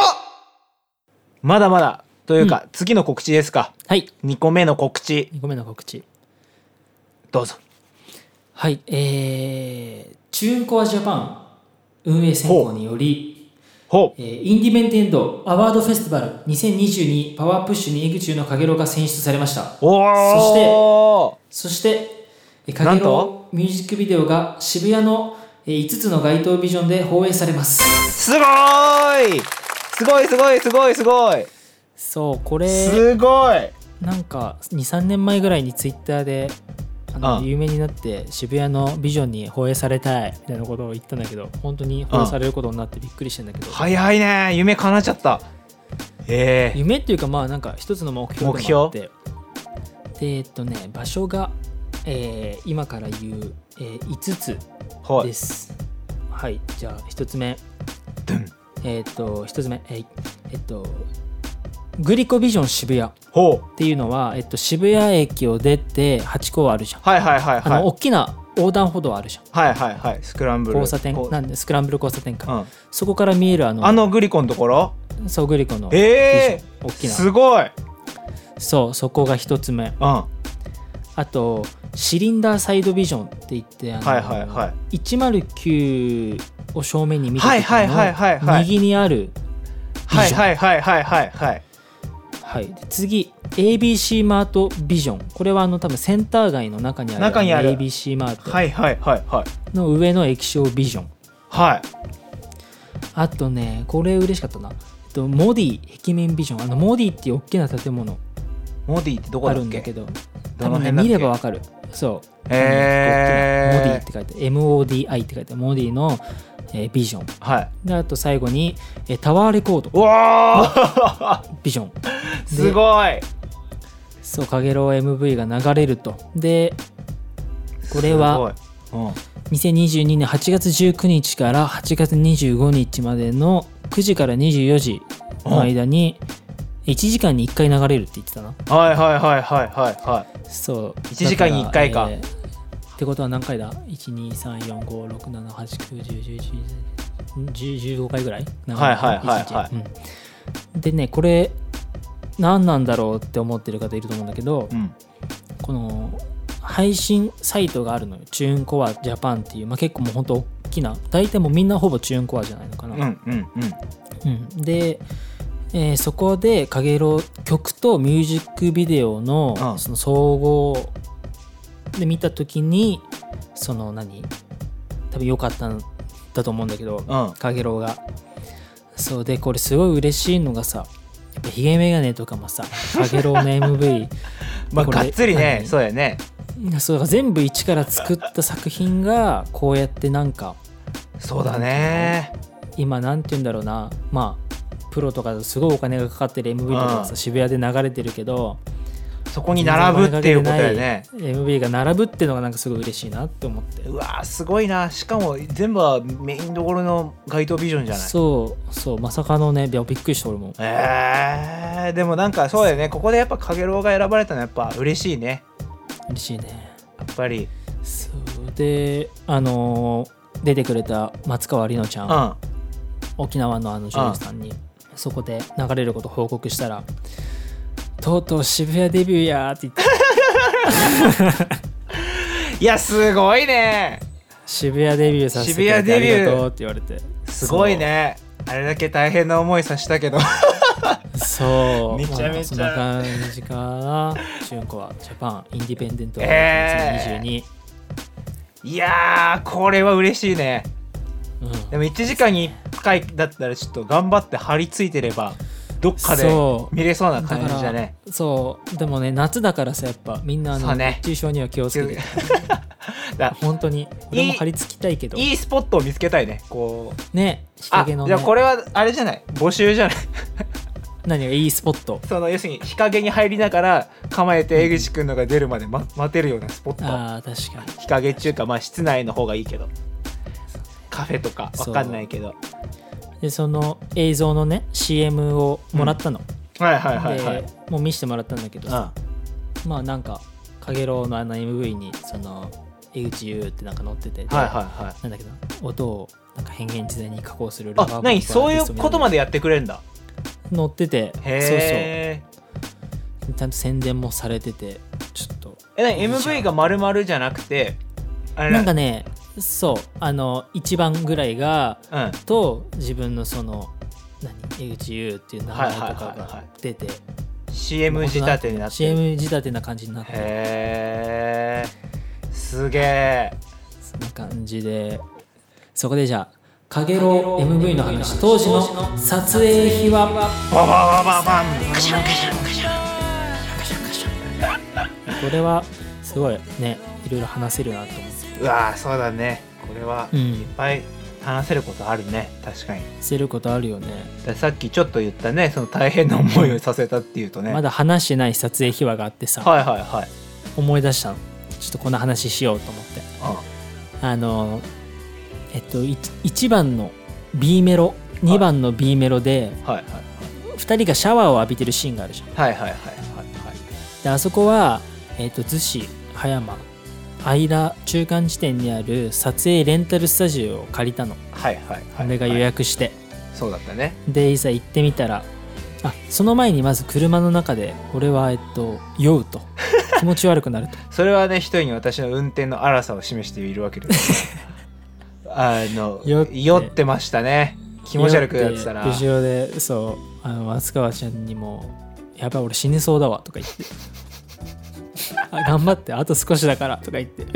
[SPEAKER 2] まだまだというか、次の告知ですか
[SPEAKER 1] はい
[SPEAKER 2] 2個目の告知
[SPEAKER 1] 2個目の告知
[SPEAKER 2] どうぞ
[SPEAKER 1] はい、えー、チューンコアジャパン運営選考により、
[SPEAKER 2] ほ
[SPEAKER 1] えーインディペンデントアワードフェスティバル2022パワープッシュに江口のかげろうが選出されました
[SPEAKER 2] うおー
[SPEAKER 1] そしてえーか
[SPEAKER 2] なん
[SPEAKER 1] げ
[SPEAKER 2] と
[SPEAKER 1] ろうミュージックビデオが渋谷のえー5つの街頭ビジョンで放映されます
[SPEAKER 2] すごーいすごいすごいすごいすごい
[SPEAKER 1] そうこれ
[SPEAKER 2] すごい
[SPEAKER 1] なんか23年前ぐらいにツイッターであの
[SPEAKER 2] ああ
[SPEAKER 1] 有名になって渋谷のビジョンに放映されたいみたいなことを言ったんだけど本当に放映されることになってびっくりしてんだけど
[SPEAKER 2] 早いね夢叶っちゃったええ
[SPEAKER 1] 夢っていうかまあなんか一つの目標でもあってでえっとね場所が、えー今から言う、え5つ
[SPEAKER 2] は
[SPEAKER 1] で
[SPEAKER 2] い
[SPEAKER 1] すはい、じゃあ1つ目
[SPEAKER 2] ドゥン
[SPEAKER 1] えっと1つ目えいえっとグリコビジョン渋谷っ
[SPEAKER 2] ほう
[SPEAKER 1] ていうのは、えっと、渋谷駅を出て8個あるじゃん、
[SPEAKER 2] はいはいはいは
[SPEAKER 1] あの
[SPEAKER 2] い
[SPEAKER 1] 大きな横断歩道あるじゃん
[SPEAKER 2] はいはいはいスクランブル
[SPEAKER 1] 交差点
[SPEAKER 2] こう
[SPEAKER 1] なんでスクランブル交差点か、
[SPEAKER 2] うん
[SPEAKER 1] そこから見えるあの
[SPEAKER 2] あのグリコのところ
[SPEAKER 1] そうグリコのビジョン、
[SPEAKER 2] えー
[SPEAKER 1] 大きな
[SPEAKER 2] すごい
[SPEAKER 1] そうそこが1つ目
[SPEAKER 2] うんは
[SPEAKER 1] あとシリンダーサイドビジョンって言ってあ
[SPEAKER 2] い
[SPEAKER 1] の、
[SPEAKER 2] はいはい
[SPEAKER 1] 109を正面に見る時の
[SPEAKER 2] はいはいはいはいはい
[SPEAKER 1] 右にある、
[SPEAKER 2] はいはいはいはいはいはい
[SPEAKER 1] はい、で次 ABC マートビジョンこれはあの多分センター街の中にある
[SPEAKER 2] 中にある
[SPEAKER 1] ABC マ
[SPEAKER 2] は
[SPEAKER 1] ー
[SPEAKER 2] いはいはいはい
[SPEAKER 1] トの上の液晶ビジョン、
[SPEAKER 2] はい
[SPEAKER 1] あとねこれ嬉しかったな、えっと、モディ壁面ビジョンあのモディっていう大きな建物
[SPEAKER 2] モディってどこ
[SPEAKER 1] あ
[SPEAKER 2] だ
[SPEAKER 1] る
[SPEAKER 2] っ
[SPEAKER 1] んだけ
[SPEAKER 2] け
[SPEAKER 1] ど
[SPEAKER 2] ど
[SPEAKER 1] 多
[SPEAKER 2] の
[SPEAKER 1] 分ね
[SPEAKER 2] 辺だっ
[SPEAKER 1] 見れ
[SPEAKER 2] け
[SPEAKER 1] ばわかるそう
[SPEAKER 2] へー
[SPEAKER 1] モディって書いて MODI って書いてモディの、えービジョン
[SPEAKER 2] はい
[SPEAKER 1] であと最後に、えータワーレコード
[SPEAKER 2] うわ
[SPEAKER 1] [LAUGHS]
[SPEAKER 2] ー
[SPEAKER 1] ビジョン
[SPEAKER 2] [LAUGHS] すごい
[SPEAKER 1] そう「かげろう MV」が流れるとでこれは
[SPEAKER 2] すごいうん
[SPEAKER 1] 2022年8月19日から8月25日までの9時から24時の間に1時間に1回流れるって言ってたな
[SPEAKER 2] はいはいはいはいはいはい
[SPEAKER 1] そう
[SPEAKER 2] 1時間に1回か
[SPEAKER 1] だらえーってことは何回だ ?123456789101115回ぐらい
[SPEAKER 2] はいはいはいはい
[SPEAKER 1] い、うんでねこれ何なんだろうって思ってる方いると思うんだけど、
[SPEAKER 2] うん
[SPEAKER 1] この配信サイトがあるのよチューンコアジャパンっていう、まあ、結構もうほんと大きな大体もうみんなほぼチューンコアじゃないのかな、
[SPEAKER 2] うんうんうん
[SPEAKER 1] うんで、えーそこで「かげろう」曲とミュージックビデオの
[SPEAKER 2] うん
[SPEAKER 1] その総合で見た時にその何多分良かったんだと思うんだけど、
[SPEAKER 2] うん
[SPEAKER 1] かげろうがそうでこれすごい嬉しいのがさやっぱヒゲメガネとかもさ「かげろう」の MV
[SPEAKER 2] まあ
[SPEAKER 1] これ
[SPEAKER 2] がっつりね
[SPEAKER 1] 何
[SPEAKER 2] そうやね
[SPEAKER 1] そうだから全部一から作った作品がこうやってなんか
[SPEAKER 2] そうだね
[SPEAKER 1] 今なんて言うんだろうなまあプロとかすごいお金がかかってる MV とか
[SPEAKER 2] う
[SPEAKER 1] さ
[SPEAKER 2] ん
[SPEAKER 1] 渋谷で流れてるけど
[SPEAKER 2] そこに並ぶっていうことだよね
[SPEAKER 1] 全然お金かけてない MV が並ぶっていうのがなんかすごい嬉しいなって思って
[SPEAKER 2] うわーすごいなしかも全部はメインどころの街頭ビジョンじゃない
[SPEAKER 1] そうそうまさかのねびっくりした俺も
[SPEAKER 2] えー、でもなんかそうだよねここでやっぱかげろうが選ばれたのはやっぱ嬉しいね
[SPEAKER 1] 嬉しいね
[SPEAKER 2] やっぱり
[SPEAKER 1] そうであのー出てくれた松川里乃ちゃ、
[SPEAKER 2] うんん
[SPEAKER 1] 沖縄のあの女優さんに、そこで流れることを報告したら「とうとう渋谷デビューや」って言って
[SPEAKER 2] いやすごいね
[SPEAKER 1] 渋谷デビューさせてくれて
[SPEAKER 2] 渋
[SPEAKER 1] あ
[SPEAKER 2] 谷デビュー
[SPEAKER 1] りがとうって言われて
[SPEAKER 2] すごいねあれだけ大変な思いさせたけど [LAUGHS]
[SPEAKER 1] そう
[SPEAKER 2] めちゃめち
[SPEAKER 1] まあそ
[SPEAKER 2] ゃ
[SPEAKER 1] んな感じかな純子はジャパンインディペンデント
[SPEAKER 2] えー
[SPEAKER 1] 2022、
[SPEAKER 2] いやーこれは嬉しいね
[SPEAKER 1] うん
[SPEAKER 2] でも1時間に1回だったらちょっと頑張って張り付いてればどっかで
[SPEAKER 1] そう
[SPEAKER 2] 見れそうな
[SPEAKER 1] だ
[SPEAKER 2] 感
[SPEAKER 1] か
[SPEAKER 2] じ
[SPEAKER 1] ら
[SPEAKER 2] だね
[SPEAKER 1] そうでもね夏だからさやっぱみんなあ
[SPEAKER 2] そ
[SPEAKER 1] の
[SPEAKER 2] うね
[SPEAKER 1] 熱中症には気をつけて
[SPEAKER 2] [LAUGHS] だ
[SPEAKER 1] 本当に俺も張り付きたいけど
[SPEAKER 2] いいスポットを見つけたいねこう
[SPEAKER 1] ね日
[SPEAKER 2] あ
[SPEAKER 1] 陰の、
[SPEAKER 2] じ
[SPEAKER 1] ね、
[SPEAKER 2] ゃあこれはあれじゃない募集じゃない
[SPEAKER 1] 何がいいスポット
[SPEAKER 2] その要するに日陰に入りながら構えて江口くんのが出るまで、ま、待てるようなスポット
[SPEAKER 1] あー確かに
[SPEAKER 2] 日陰っていうかまあ室内の方がいいけどカフェとかわかんないけど
[SPEAKER 1] でその映像のね CM をもらったの、
[SPEAKER 2] はいはいはいはい
[SPEAKER 1] でもう見せてもらったんだけどさ、まあなんか「かげろう」のあの MV にその江口優ってなんか載ってて、
[SPEAKER 2] はいはいはい
[SPEAKER 1] なんだっけど音をなんか変幻自在に加工する
[SPEAKER 2] あ何そういうことま
[SPEAKER 1] で
[SPEAKER 2] でやってくれるんだ
[SPEAKER 1] 載っててそう
[SPEAKER 2] へえ
[SPEAKER 1] そうちゃんと宣伝もされててちょっと
[SPEAKER 2] え何
[SPEAKER 1] いいじゃん
[SPEAKER 2] MV が丸々じゃなくてあれ
[SPEAKER 1] なんかねそうあの1番ぐらいが
[SPEAKER 2] うん
[SPEAKER 1] と自分のその何江口優っていう名前とか
[SPEAKER 2] はいはいはいは
[SPEAKER 1] が
[SPEAKER 2] い
[SPEAKER 1] 出て
[SPEAKER 2] CM 仕立てになってる
[SPEAKER 1] CM 仕立てな感じになってる
[SPEAKER 2] へえすげえ
[SPEAKER 1] そんな感じでそこでじゃあ「かげろう MV の話」当時の撮影秘話
[SPEAKER 2] バババババン
[SPEAKER 1] これはすごいねいろいろ話せるなと思って
[SPEAKER 2] うわーそうだねこれは
[SPEAKER 1] うん
[SPEAKER 2] いっぱい話せることあるね確かに
[SPEAKER 1] せることあるよね
[SPEAKER 2] ださっきちょっと言ったねその大変な思いをさせたっていうとね
[SPEAKER 1] まだ話してない撮影秘話があってさ、
[SPEAKER 2] はいはいはい、
[SPEAKER 1] 思い出したのちょっとこの話しようと思ってあのえっと 1, 番の B メロ2番の B メロで
[SPEAKER 2] うん、はいはい
[SPEAKER 1] 2人がシャワーを浴びてるシーンがあるじゃん
[SPEAKER 2] はいはいはいはいはい
[SPEAKER 1] であそこは、えー、と逗子葉山間中間地点にある撮影レンタルスタジオを借りたの
[SPEAKER 2] はいはいはいはい
[SPEAKER 1] 俺が予約して、
[SPEAKER 2] そうだったね
[SPEAKER 1] でいざ行ってみたらあその前にまず車の中で俺はえっと酔
[SPEAKER 2] [LAUGHS]
[SPEAKER 1] うと気持ち悪くなると
[SPEAKER 2] それはね一人に私の運転の荒さを示しているわけです
[SPEAKER 1] [LAUGHS]
[SPEAKER 2] あの
[SPEAKER 1] 酔
[SPEAKER 2] 酔
[SPEAKER 1] っ
[SPEAKER 2] っててましたね気持ち悪くなってたら
[SPEAKER 1] 酔後ろでそうあの松川ちゃんにも「やばい俺死にそうだわ」とか言って
[SPEAKER 2] [LAUGHS]
[SPEAKER 1] 「あ頑張ってあと少しだから」とか言って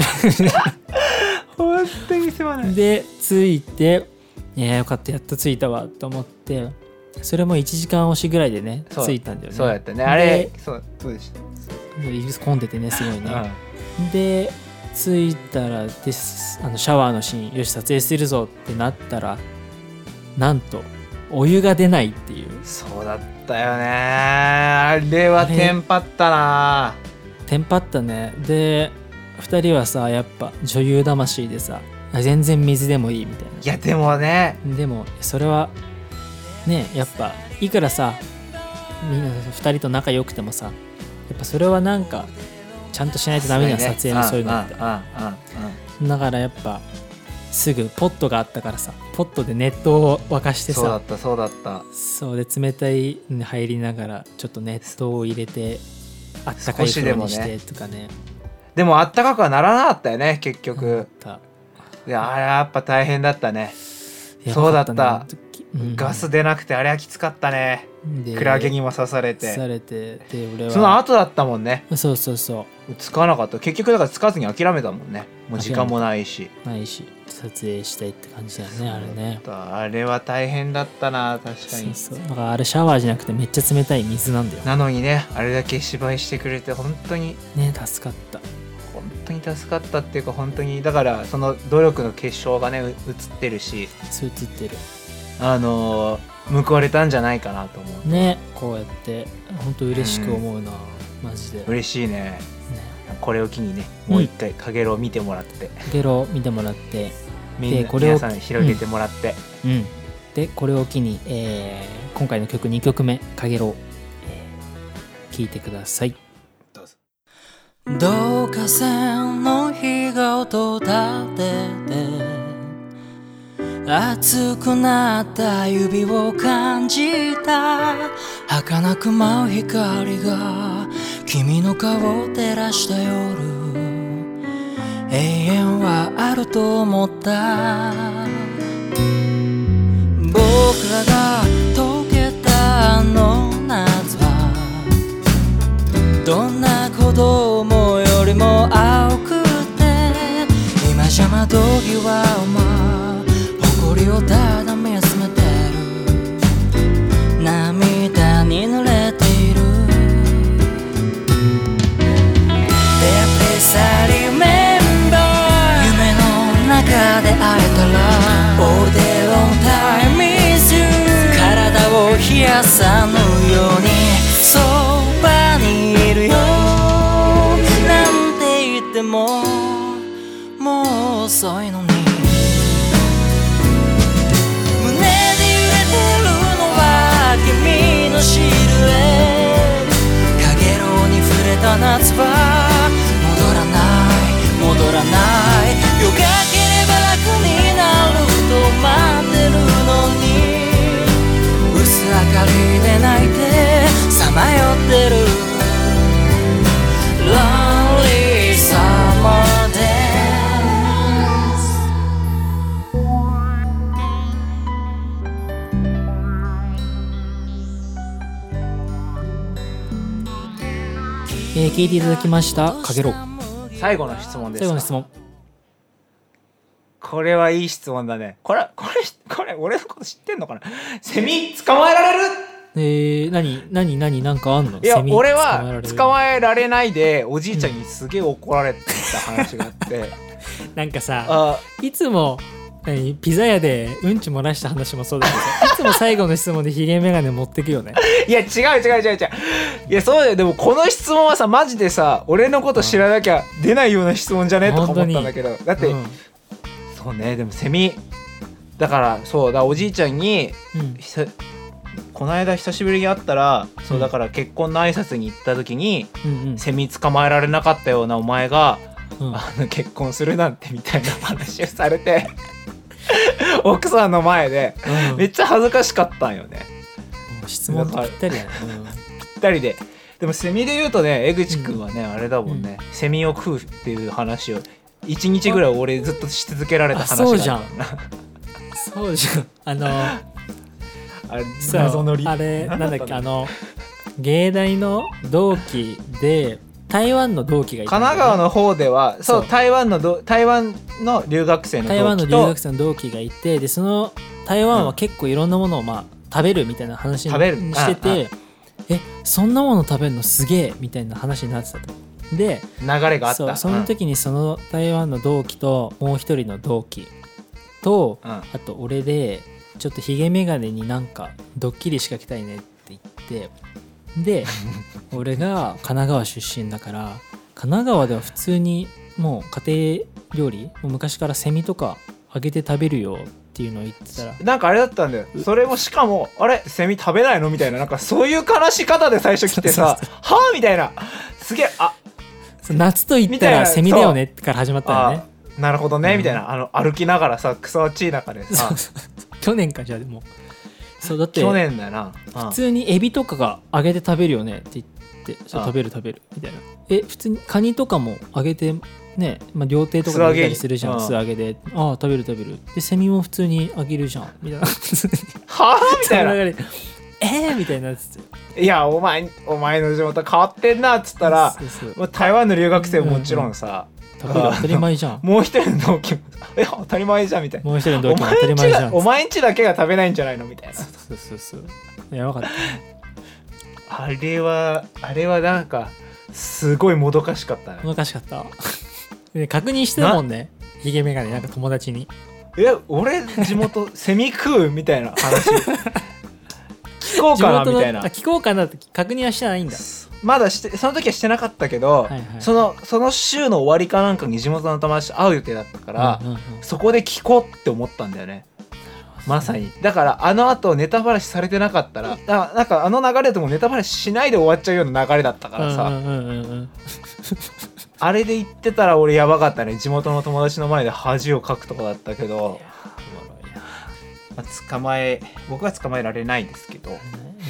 [SPEAKER 2] 本当にすまな
[SPEAKER 1] [LAUGHS]
[SPEAKER 2] い
[SPEAKER 1] で着いて「いやよかったやっと着いたわ」と思ってそれも1時間押しぐらいでね
[SPEAKER 2] そう
[SPEAKER 1] 着いたんだよね
[SPEAKER 2] そうやったねあれそうそうでした、
[SPEAKER 1] でイギリス混んで
[SPEAKER 2] [LAUGHS]
[SPEAKER 1] てねすごいね、
[SPEAKER 2] う、
[SPEAKER 1] で着いたらですあのシャワーのシーンよし撮影するぞってなったらなんとお湯が出ないっていうん
[SPEAKER 2] そうだったよねあれはテンパったな
[SPEAKER 1] テンパったねで2人はさやっぱ女優魂でさあ全然水でもいいみたいない
[SPEAKER 2] やでもね
[SPEAKER 1] でもそれはねやっぱいくらさみんな2人と仲良くてもさやっぱそれはなんかちゃんとしないとダメじゃん撮影のそういうのって
[SPEAKER 2] て
[SPEAKER 1] だからやっぱすぐポットがあったからさポットで熱湯を沸かして
[SPEAKER 2] そうだ
[SPEAKER 1] さ
[SPEAKER 2] ったそうだった
[SPEAKER 1] そうで冷たいのに入りながらちょっと熱湯を入れてあったかい
[SPEAKER 2] 少しで
[SPEAKER 1] 風呂
[SPEAKER 2] も
[SPEAKER 1] に
[SPEAKER 2] ね
[SPEAKER 1] してとかね
[SPEAKER 2] でもあったかくはならなかったよね結局、
[SPEAKER 1] た
[SPEAKER 2] いやあれやっぱ大変だったね、
[SPEAKER 1] や
[SPEAKER 2] そう
[SPEAKER 1] ば
[SPEAKER 2] だっ
[SPEAKER 1] か
[SPEAKER 2] た
[SPEAKER 1] なうん
[SPEAKER 2] ガス出なくてあれはきつかったね
[SPEAKER 1] で
[SPEAKER 2] クラゲにも刺されて
[SPEAKER 1] されてで俺は
[SPEAKER 2] その後だったもんね
[SPEAKER 1] そうそうそ
[SPEAKER 2] つかなかった結局だからつかずに諦めたもんねもう時間もないし
[SPEAKER 1] うないし撮影したいって感じだよねあれね
[SPEAKER 2] あれは大変だったな確か
[SPEAKER 1] そう
[SPEAKER 2] に
[SPEAKER 1] そうだからあれシャワーじゃなくてめっちゃ冷たい水なんだよ
[SPEAKER 2] なのにねあれだけ芝居してくれて本当に
[SPEAKER 1] ね助かった
[SPEAKER 2] 本当に助かったっていうか本当にだからその努力の結晶がねう映ってるし
[SPEAKER 1] そう映ってる
[SPEAKER 2] あのー報われたんじゃないかなと思う
[SPEAKER 1] ねこうやって本当嬉しく思うな、マジで、ね、
[SPEAKER 2] 嬉しいねこれを機にねもう一回「かげろう」見てもらって、
[SPEAKER 1] ゲロ見てもらって
[SPEAKER 2] みん
[SPEAKER 1] で
[SPEAKER 2] な
[SPEAKER 1] これを
[SPEAKER 2] 皆さんに広げてもらって、
[SPEAKER 1] うんでこれを機に、えー今回の曲2曲目「かげろう」えー聴いてください
[SPEAKER 2] どうぞ
[SPEAKER 3] 導火線の日が音立てて熱くなった指を感じた儚く舞う光が君の顔を照らした夜永遠はあると思った僕らが溶けたあの夏はどんな子供よりも青くて今じゃ窓際はま誇りをただ見つめてる涙に濡れている Dear please I remember 夢の中で会えたら All day long time is you 体を冷やさぬようにそばにいるよなんて言ってももう遅いのに胸に揺れてるのは君のシルエットかげろうに触れた夏は戻らない戻らないよかければ楽になると待ってるのに薄明かりで泣いてさまよってる Lonely Summer Dance
[SPEAKER 1] えー、聞いていただきました「かげろう
[SPEAKER 2] 最後の質問」です
[SPEAKER 1] 最後の質問
[SPEAKER 2] これはいい質問だねこれこれこれ俺のこと知ってんのかなセミ捕まえられる
[SPEAKER 1] えー、何何何なんかあんの
[SPEAKER 2] いや
[SPEAKER 1] セミ
[SPEAKER 2] 俺
[SPEAKER 1] 捕まえら
[SPEAKER 2] は
[SPEAKER 1] れる
[SPEAKER 2] 捕まえられないでおじいちゃんにすげえ怒られてた話があ
[SPEAKER 1] [LAUGHS]
[SPEAKER 2] って
[SPEAKER 1] なんかさ
[SPEAKER 2] あ
[SPEAKER 1] いつも何ピザ屋でうんち漏らした話もそうだけどさい
[SPEAKER 2] [LAUGHS]
[SPEAKER 1] つも最後の質問でヒゲメガネ持ってくよね
[SPEAKER 2] いや違う違う違う違ういやそうだよでもこの質問はさマジでさ俺のこと知らなきゃ出ないような質問じゃねとか思ったんだけどだって、
[SPEAKER 1] うん
[SPEAKER 2] そうねでもセミだからそうだおじいちゃんに
[SPEAKER 1] うん
[SPEAKER 2] ひさこの間久しぶりに会ったら、そううんだから結婚の挨拶に行った時に
[SPEAKER 1] うん
[SPEAKER 2] セミ捕まえられなかったようなお前が
[SPEAKER 1] うん
[SPEAKER 2] あの結婚するなんてみたいな話をされて奥さんの前で
[SPEAKER 1] うん
[SPEAKER 2] めっちゃ恥ずかしかったんよね
[SPEAKER 1] 質問とぴったりやね、うん
[SPEAKER 2] ぴったりででもセミで言うとね江口くんはね、あれだもんね、セミを食うっていう話を1日ぐらい俺ずっとし続けられた話が
[SPEAKER 1] あ
[SPEAKER 2] あ
[SPEAKER 1] そう
[SPEAKER 2] った
[SPEAKER 1] じゃんそうじゃんあの
[SPEAKER 2] [LAUGHS] あれ
[SPEAKER 1] そう
[SPEAKER 2] 謎のり
[SPEAKER 1] あれなんだっけあ
[SPEAKER 2] [LAUGHS] 神
[SPEAKER 1] の芸大の同期で台湾の同期がいたんだよ
[SPEAKER 2] 奈
[SPEAKER 1] ね
[SPEAKER 2] 川の方ではそう
[SPEAKER 1] そう
[SPEAKER 2] 台湾のど台湾の留学生の
[SPEAKER 1] 台湾の
[SPEAKER 2] 同期
[SPEAKER 1] 留学
[SPEAKER 2] と
[SPEAKER 1] 生の同期がいてでその台湾は結構いろんなものをまあ食べるみたいな話に
[SPEAKER 2] 食べる
[SPEAKER 1] しててえそんなもの食べるのすげえみたいな話になってたと。で
[SPEAKER 2] 流れがあっ
[SPEAKER 1] そう
[SPEAKER 2] た
[SPEAKER 1] その時にその台湾の同期ともう一人の同期と、
[SPEAKER 2] うんうん
[SPEAKER 1] あと俺でちょっとヒゲメガネになんかドッキリ仕掛けたいねって言ってで俺が神奈川出身だから神奈川では普通にもう家庭料理もう昔からセミとか揚げて食べるよっていうのを言ってたら
[SPEAKER 2] なんかあれだったんだよそれもしかも「あれセミ食べないの?」みたいななんかそういう悲し方で最初来てさ
[SPEAKER 1] そう
[SPEAKER 2] 「はあ?」みたいなすげえあ
[SPEAKER 1] そう夏と言った
[SPEAKER 2] みたい
[SPEAKER 1] ら
[SPEAKER 2] な
[SPEAKER 1] セミだよねってから始まったよね
[SPEAKER 2] あなるほどね、
[SPEAKER 1] うん
[SPEAKER 2] みたいなあの歩きながらさクソ暑い中でさ
[SPEAKER 1] [LAUGHS] そうそう去年かじゃあでもそうだって
[SPEAKER 2] 去年だよな、うん
[SPEAKER 1] 普通にエビとかが揚げて食べるよねって言ってそう
[SPEAKER 2] あ
[SPEAKER 1] 食べる食べるみたいなえ普通にカニとかも揚げてね、まあ、料亭とかで揚げたりするじゃん素
[SPEAKER 2] 素
[SPEAKER 1] 揚げでああ食べる食べるでセミも普通に揚げるじゃんみた
[SPEAKER 2] [LAUGHS]
[SPEAKER 1] いな
[SPEAKER 2] はあみ
[SPEAKER 1] そ
[SPEAKER 2] たい
[SPEAKER 1] の
[SPEAKER 2] な「
[SPEAKER 1] 流れでえー、みたいなやつ
[SPEAKER 2] いやお前お前の地元変わってんな」っつったら
[SPEAKER 1] そうそう
[SPEAKER 2] もう台湾の留学生ももちろんさ、
[SPEAKER 1] 食べる当たり前じゃん
[SPEAKER 2] もう一人の同期 [LAUGHS] も「え当たり前じゃん」みたいな
[SPEAKER 1] もう一人の同
[SPEAKER 2] 「お
[SPEAKER 1] 期も
[SPEAKER 2] 前
[SPEAKER 1] 当たり
[SPEAKER 2] ん
[SPEAKER 1] 前
[SPEAKER 2] ち
[SPEAKER 1] じゃ
[SPEAKER 2] だ
[SPEAKER 1] ん
[SPEAKER 2] お前んちだけが食べないんじゃないの?」みたいな
[SPEAKER 1] そうそうそうそうやばかった
[SPEAKER 2] あれはあれはなんかすごいもどかしかったね
[SPEAKER 1] おかしかったで確認してたもんねヒゲメガネなんか友達に
[SPEAKER 2] [LAUGHS] え俺地元セミ食うみたいな話来聞こうかな
[SPEAKER 1] 地元
[SPEAKER 2] み
[SPEAKER 1] の
[SPEAKER 2] たいな
[SPEAKER 1] あ聞こうかなって確認はしてないんだ
[SPEAKER 2] まだしてその時はしてなかったけど、
[SPEAKER 1] はいはい
[SPEAKER 2] そのその週の終わりかなんかに地元の友達と会う予定だったから、
[SPEAKER 1] うんうんうん
[SPEAKER 2] そこで聞こうって思ったんだよねまさにだからあのあとネタバラシされてなかったらあなんかあの流れだともうネタバラシしないで終わっちゃうような流れだったからさ、
[SPEAKER 1] うんうんうんうん
[SPEAKER 2] あれで言ってたら俺やばかったね地元の友達の前で恥をかくとこだったけど、まあ捕まえ僕は捕まえられないですけど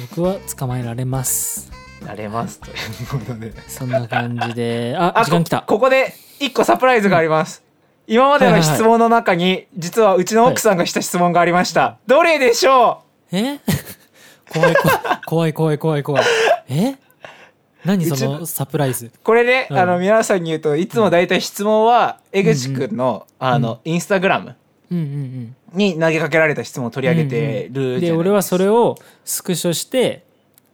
[SPEAKER 1] 僕は捕まえられます
[SPEAKER 2] られますということで
[SPEAKER 1] そんな感じ
[SPEAKER 2] [LAUGHS]
[SPEAKER 1] であ
[SPEAKER 2] あ
[SPEAKER 1] 時間来た
[SPEAKER 2] こここで一個サプライズがあります、今までの質問の中に、実はうちの奥さんがした質問がありました、どれでしょ
[SPEAKER 1] え [LAUGHS] 怖い怖い怖い怖い怖い怖いえ何そのサプライズ
[SPEAKER 2] うこれね、
[SPEAKER 1] うん
[SPEAKER 2] あの皆さんに言うといつもだいたい質問は江口くんの、あの、インスタグラム
[SPEAKER 1] うんうん
[SPEAKER 2] に投げかけられた質問を取り上げてるじゃ
[SPEAKER 1] う
[SPEAKER 2] なんい
[SPEAKER 1] で俺はそれをスクショして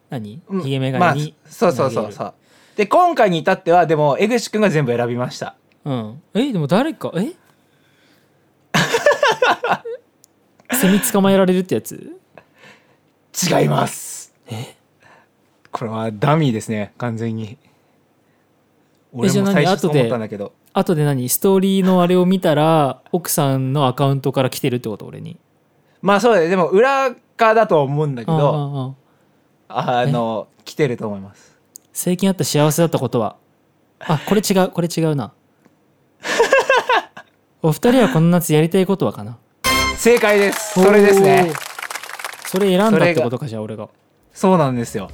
[SPEAKER 1] 何
[SPEAKER 2] うん
[SPEAKER 1] ヒゲメガネに
[SPEAKER 2] まあ、そうそうそうそうで今回に至ってはでも江口くんが全部選びました
[SPEAKER 1] う、うん、えでも誰か
[SPEAKER 2] [LAUGHS]
[SPEAKER 1] え [LAUGHS] セミ捕まえられるってやつ
[SPEAKER 2] 違いますこれはダミーですね完全に俺
[SPEAKER 1] じゃあ
[SPEAKER 2] も
[SPEAKER 1] 何
[SPEAKER 2] 最初そう
[SPEAKER 1] 後で
[SPEAKER 2] 思ったんだけど
[SPEAKER 1] あとで何ストーリーのあれを見たら奥さんのアカウントから来てるってこと俺に
[SPEAKER 2] まあそうだねでも裏側だとは思うんだけ
[SPEAKER 1] うんう
[SPEAKER 2] ど
[SPEAKER 1] んうん
[SPEAKER 2] あの来てると思います
[SPEAKER 1] 最近あった幸せだったことはあこれ違うこれ違う
[SPEAKER 2] [LAUGHS]
[SPEAKER 1] なお二人はこの夏やりたいことはかな
[SPEAKER 2] 正解ですそれですね
[SPEAKER 1] おーそれ選んだってことかじゃあ俺が
[SPEAKER 2] そうなんですよ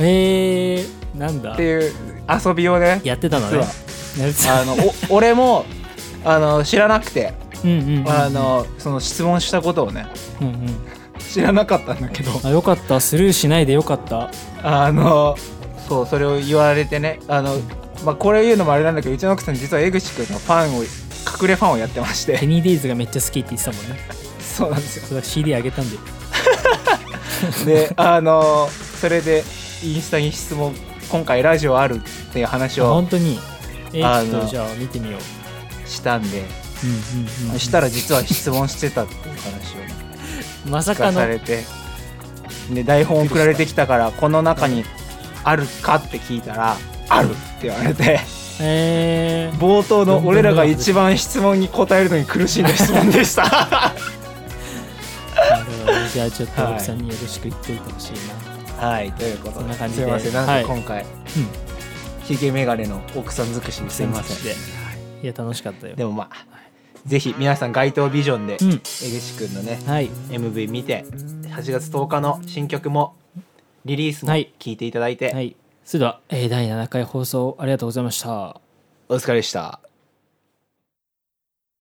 [SPEAKER 1] えー、なんだ
[SPEAKER 2] っていう遊びをね
[SPEAKER 1] やってたのねやってた
[SPEAKER 2] あの
[SPEAKER 1] [LAUGHS]
[SPEAKER 2] お俺もあの知らなくて
[SPEAKER 1] うんうんうん
[SPEAKER 2] あのその質問したことをね
[SPEAKER 1] うんうん
[SPEAKER 2] 知らなかったんだけど
[SPEAKER 1] あよかったスルーしないでよかった
[SPEAKER 2] あのそうそれを言われてねあの、まあ、これ言うのもあれなんだけどうちの奥さん実は江口くんのファンを隠れファンをやってまし
[SPEAKER 1] ペ
[SPEAKER 2] て
[SPEAKER 1] ニーデイズがめっちゃ好きって言ってたもんね
[SPEAKER 2] そうなんですよ
[SPEAKER 1] それは CD あげたんで
[SPEAKER 2] であのそれでインスタに質問今回ラジオあるっていう話
[SPEAKER 1] あ
[SPEAKER 2] を
[SPEAKER 1] 本当にえー
[SPEAKER 2] あの
[SPEAKER 1] ちょっとじゃあ見てみよう
[SPEAKER 2] したんで
[SPEAKER 1] うんうんうんうん
[SPEAKER 2] したら実は質問してたっていう話をね
[SPEAKER 1] まさ
[SPEAKER 2] 聞
[SPEAKER 1] か
[SPEAKER 2] か
[SPEAKER 1] の
[SPEAKER 2] されてで台本送られてきたからこの中にあるかって聞いたらあるって言われて
[SPEAKER 1] えー、
[SPEAKER 2] 冒頭の俺らが一番質問に答えるのに苦しんだ質問でした
[SPEAKER 1] なるほどねじゃあちょっと
[SPEAKER 2] はい
[SPEAKER 1] 奥さんによろしく言っておいてほしいな、
[SPEAKER 2] [LAUGHS] はいということ
[SPEAKER 1] そん
[SPEAKER 2] で
[SPEAKER 1] な感じ
[SPEAKER 2] す
[SPEAKER 1] で
[SPEAKER 2] いませんなんか今回、
[SPEAKER 1] うん
[SPEAKER 2] ヒゲメガネの奥さん尽くしにすいません
[SPEAKER 1] でいや楽しかったよ
[SPEAKER 2] でもまあぜひ皆さん街頭ビジョンで
[SPEAKER 1] うん
[SPEAKER 2] 江口くんのね、
[SPEAKER 1] はい
[SPEAKER 2] MV 見て8月10日の新曲もリリースも
[SPEAKER 1] はい
[SPEAKER 2] 聞いていただいて、
[SPEAKER 1] はいそれでは、えー第7回放送ありがとうございました
[SPEAKER 2] お疲れでした。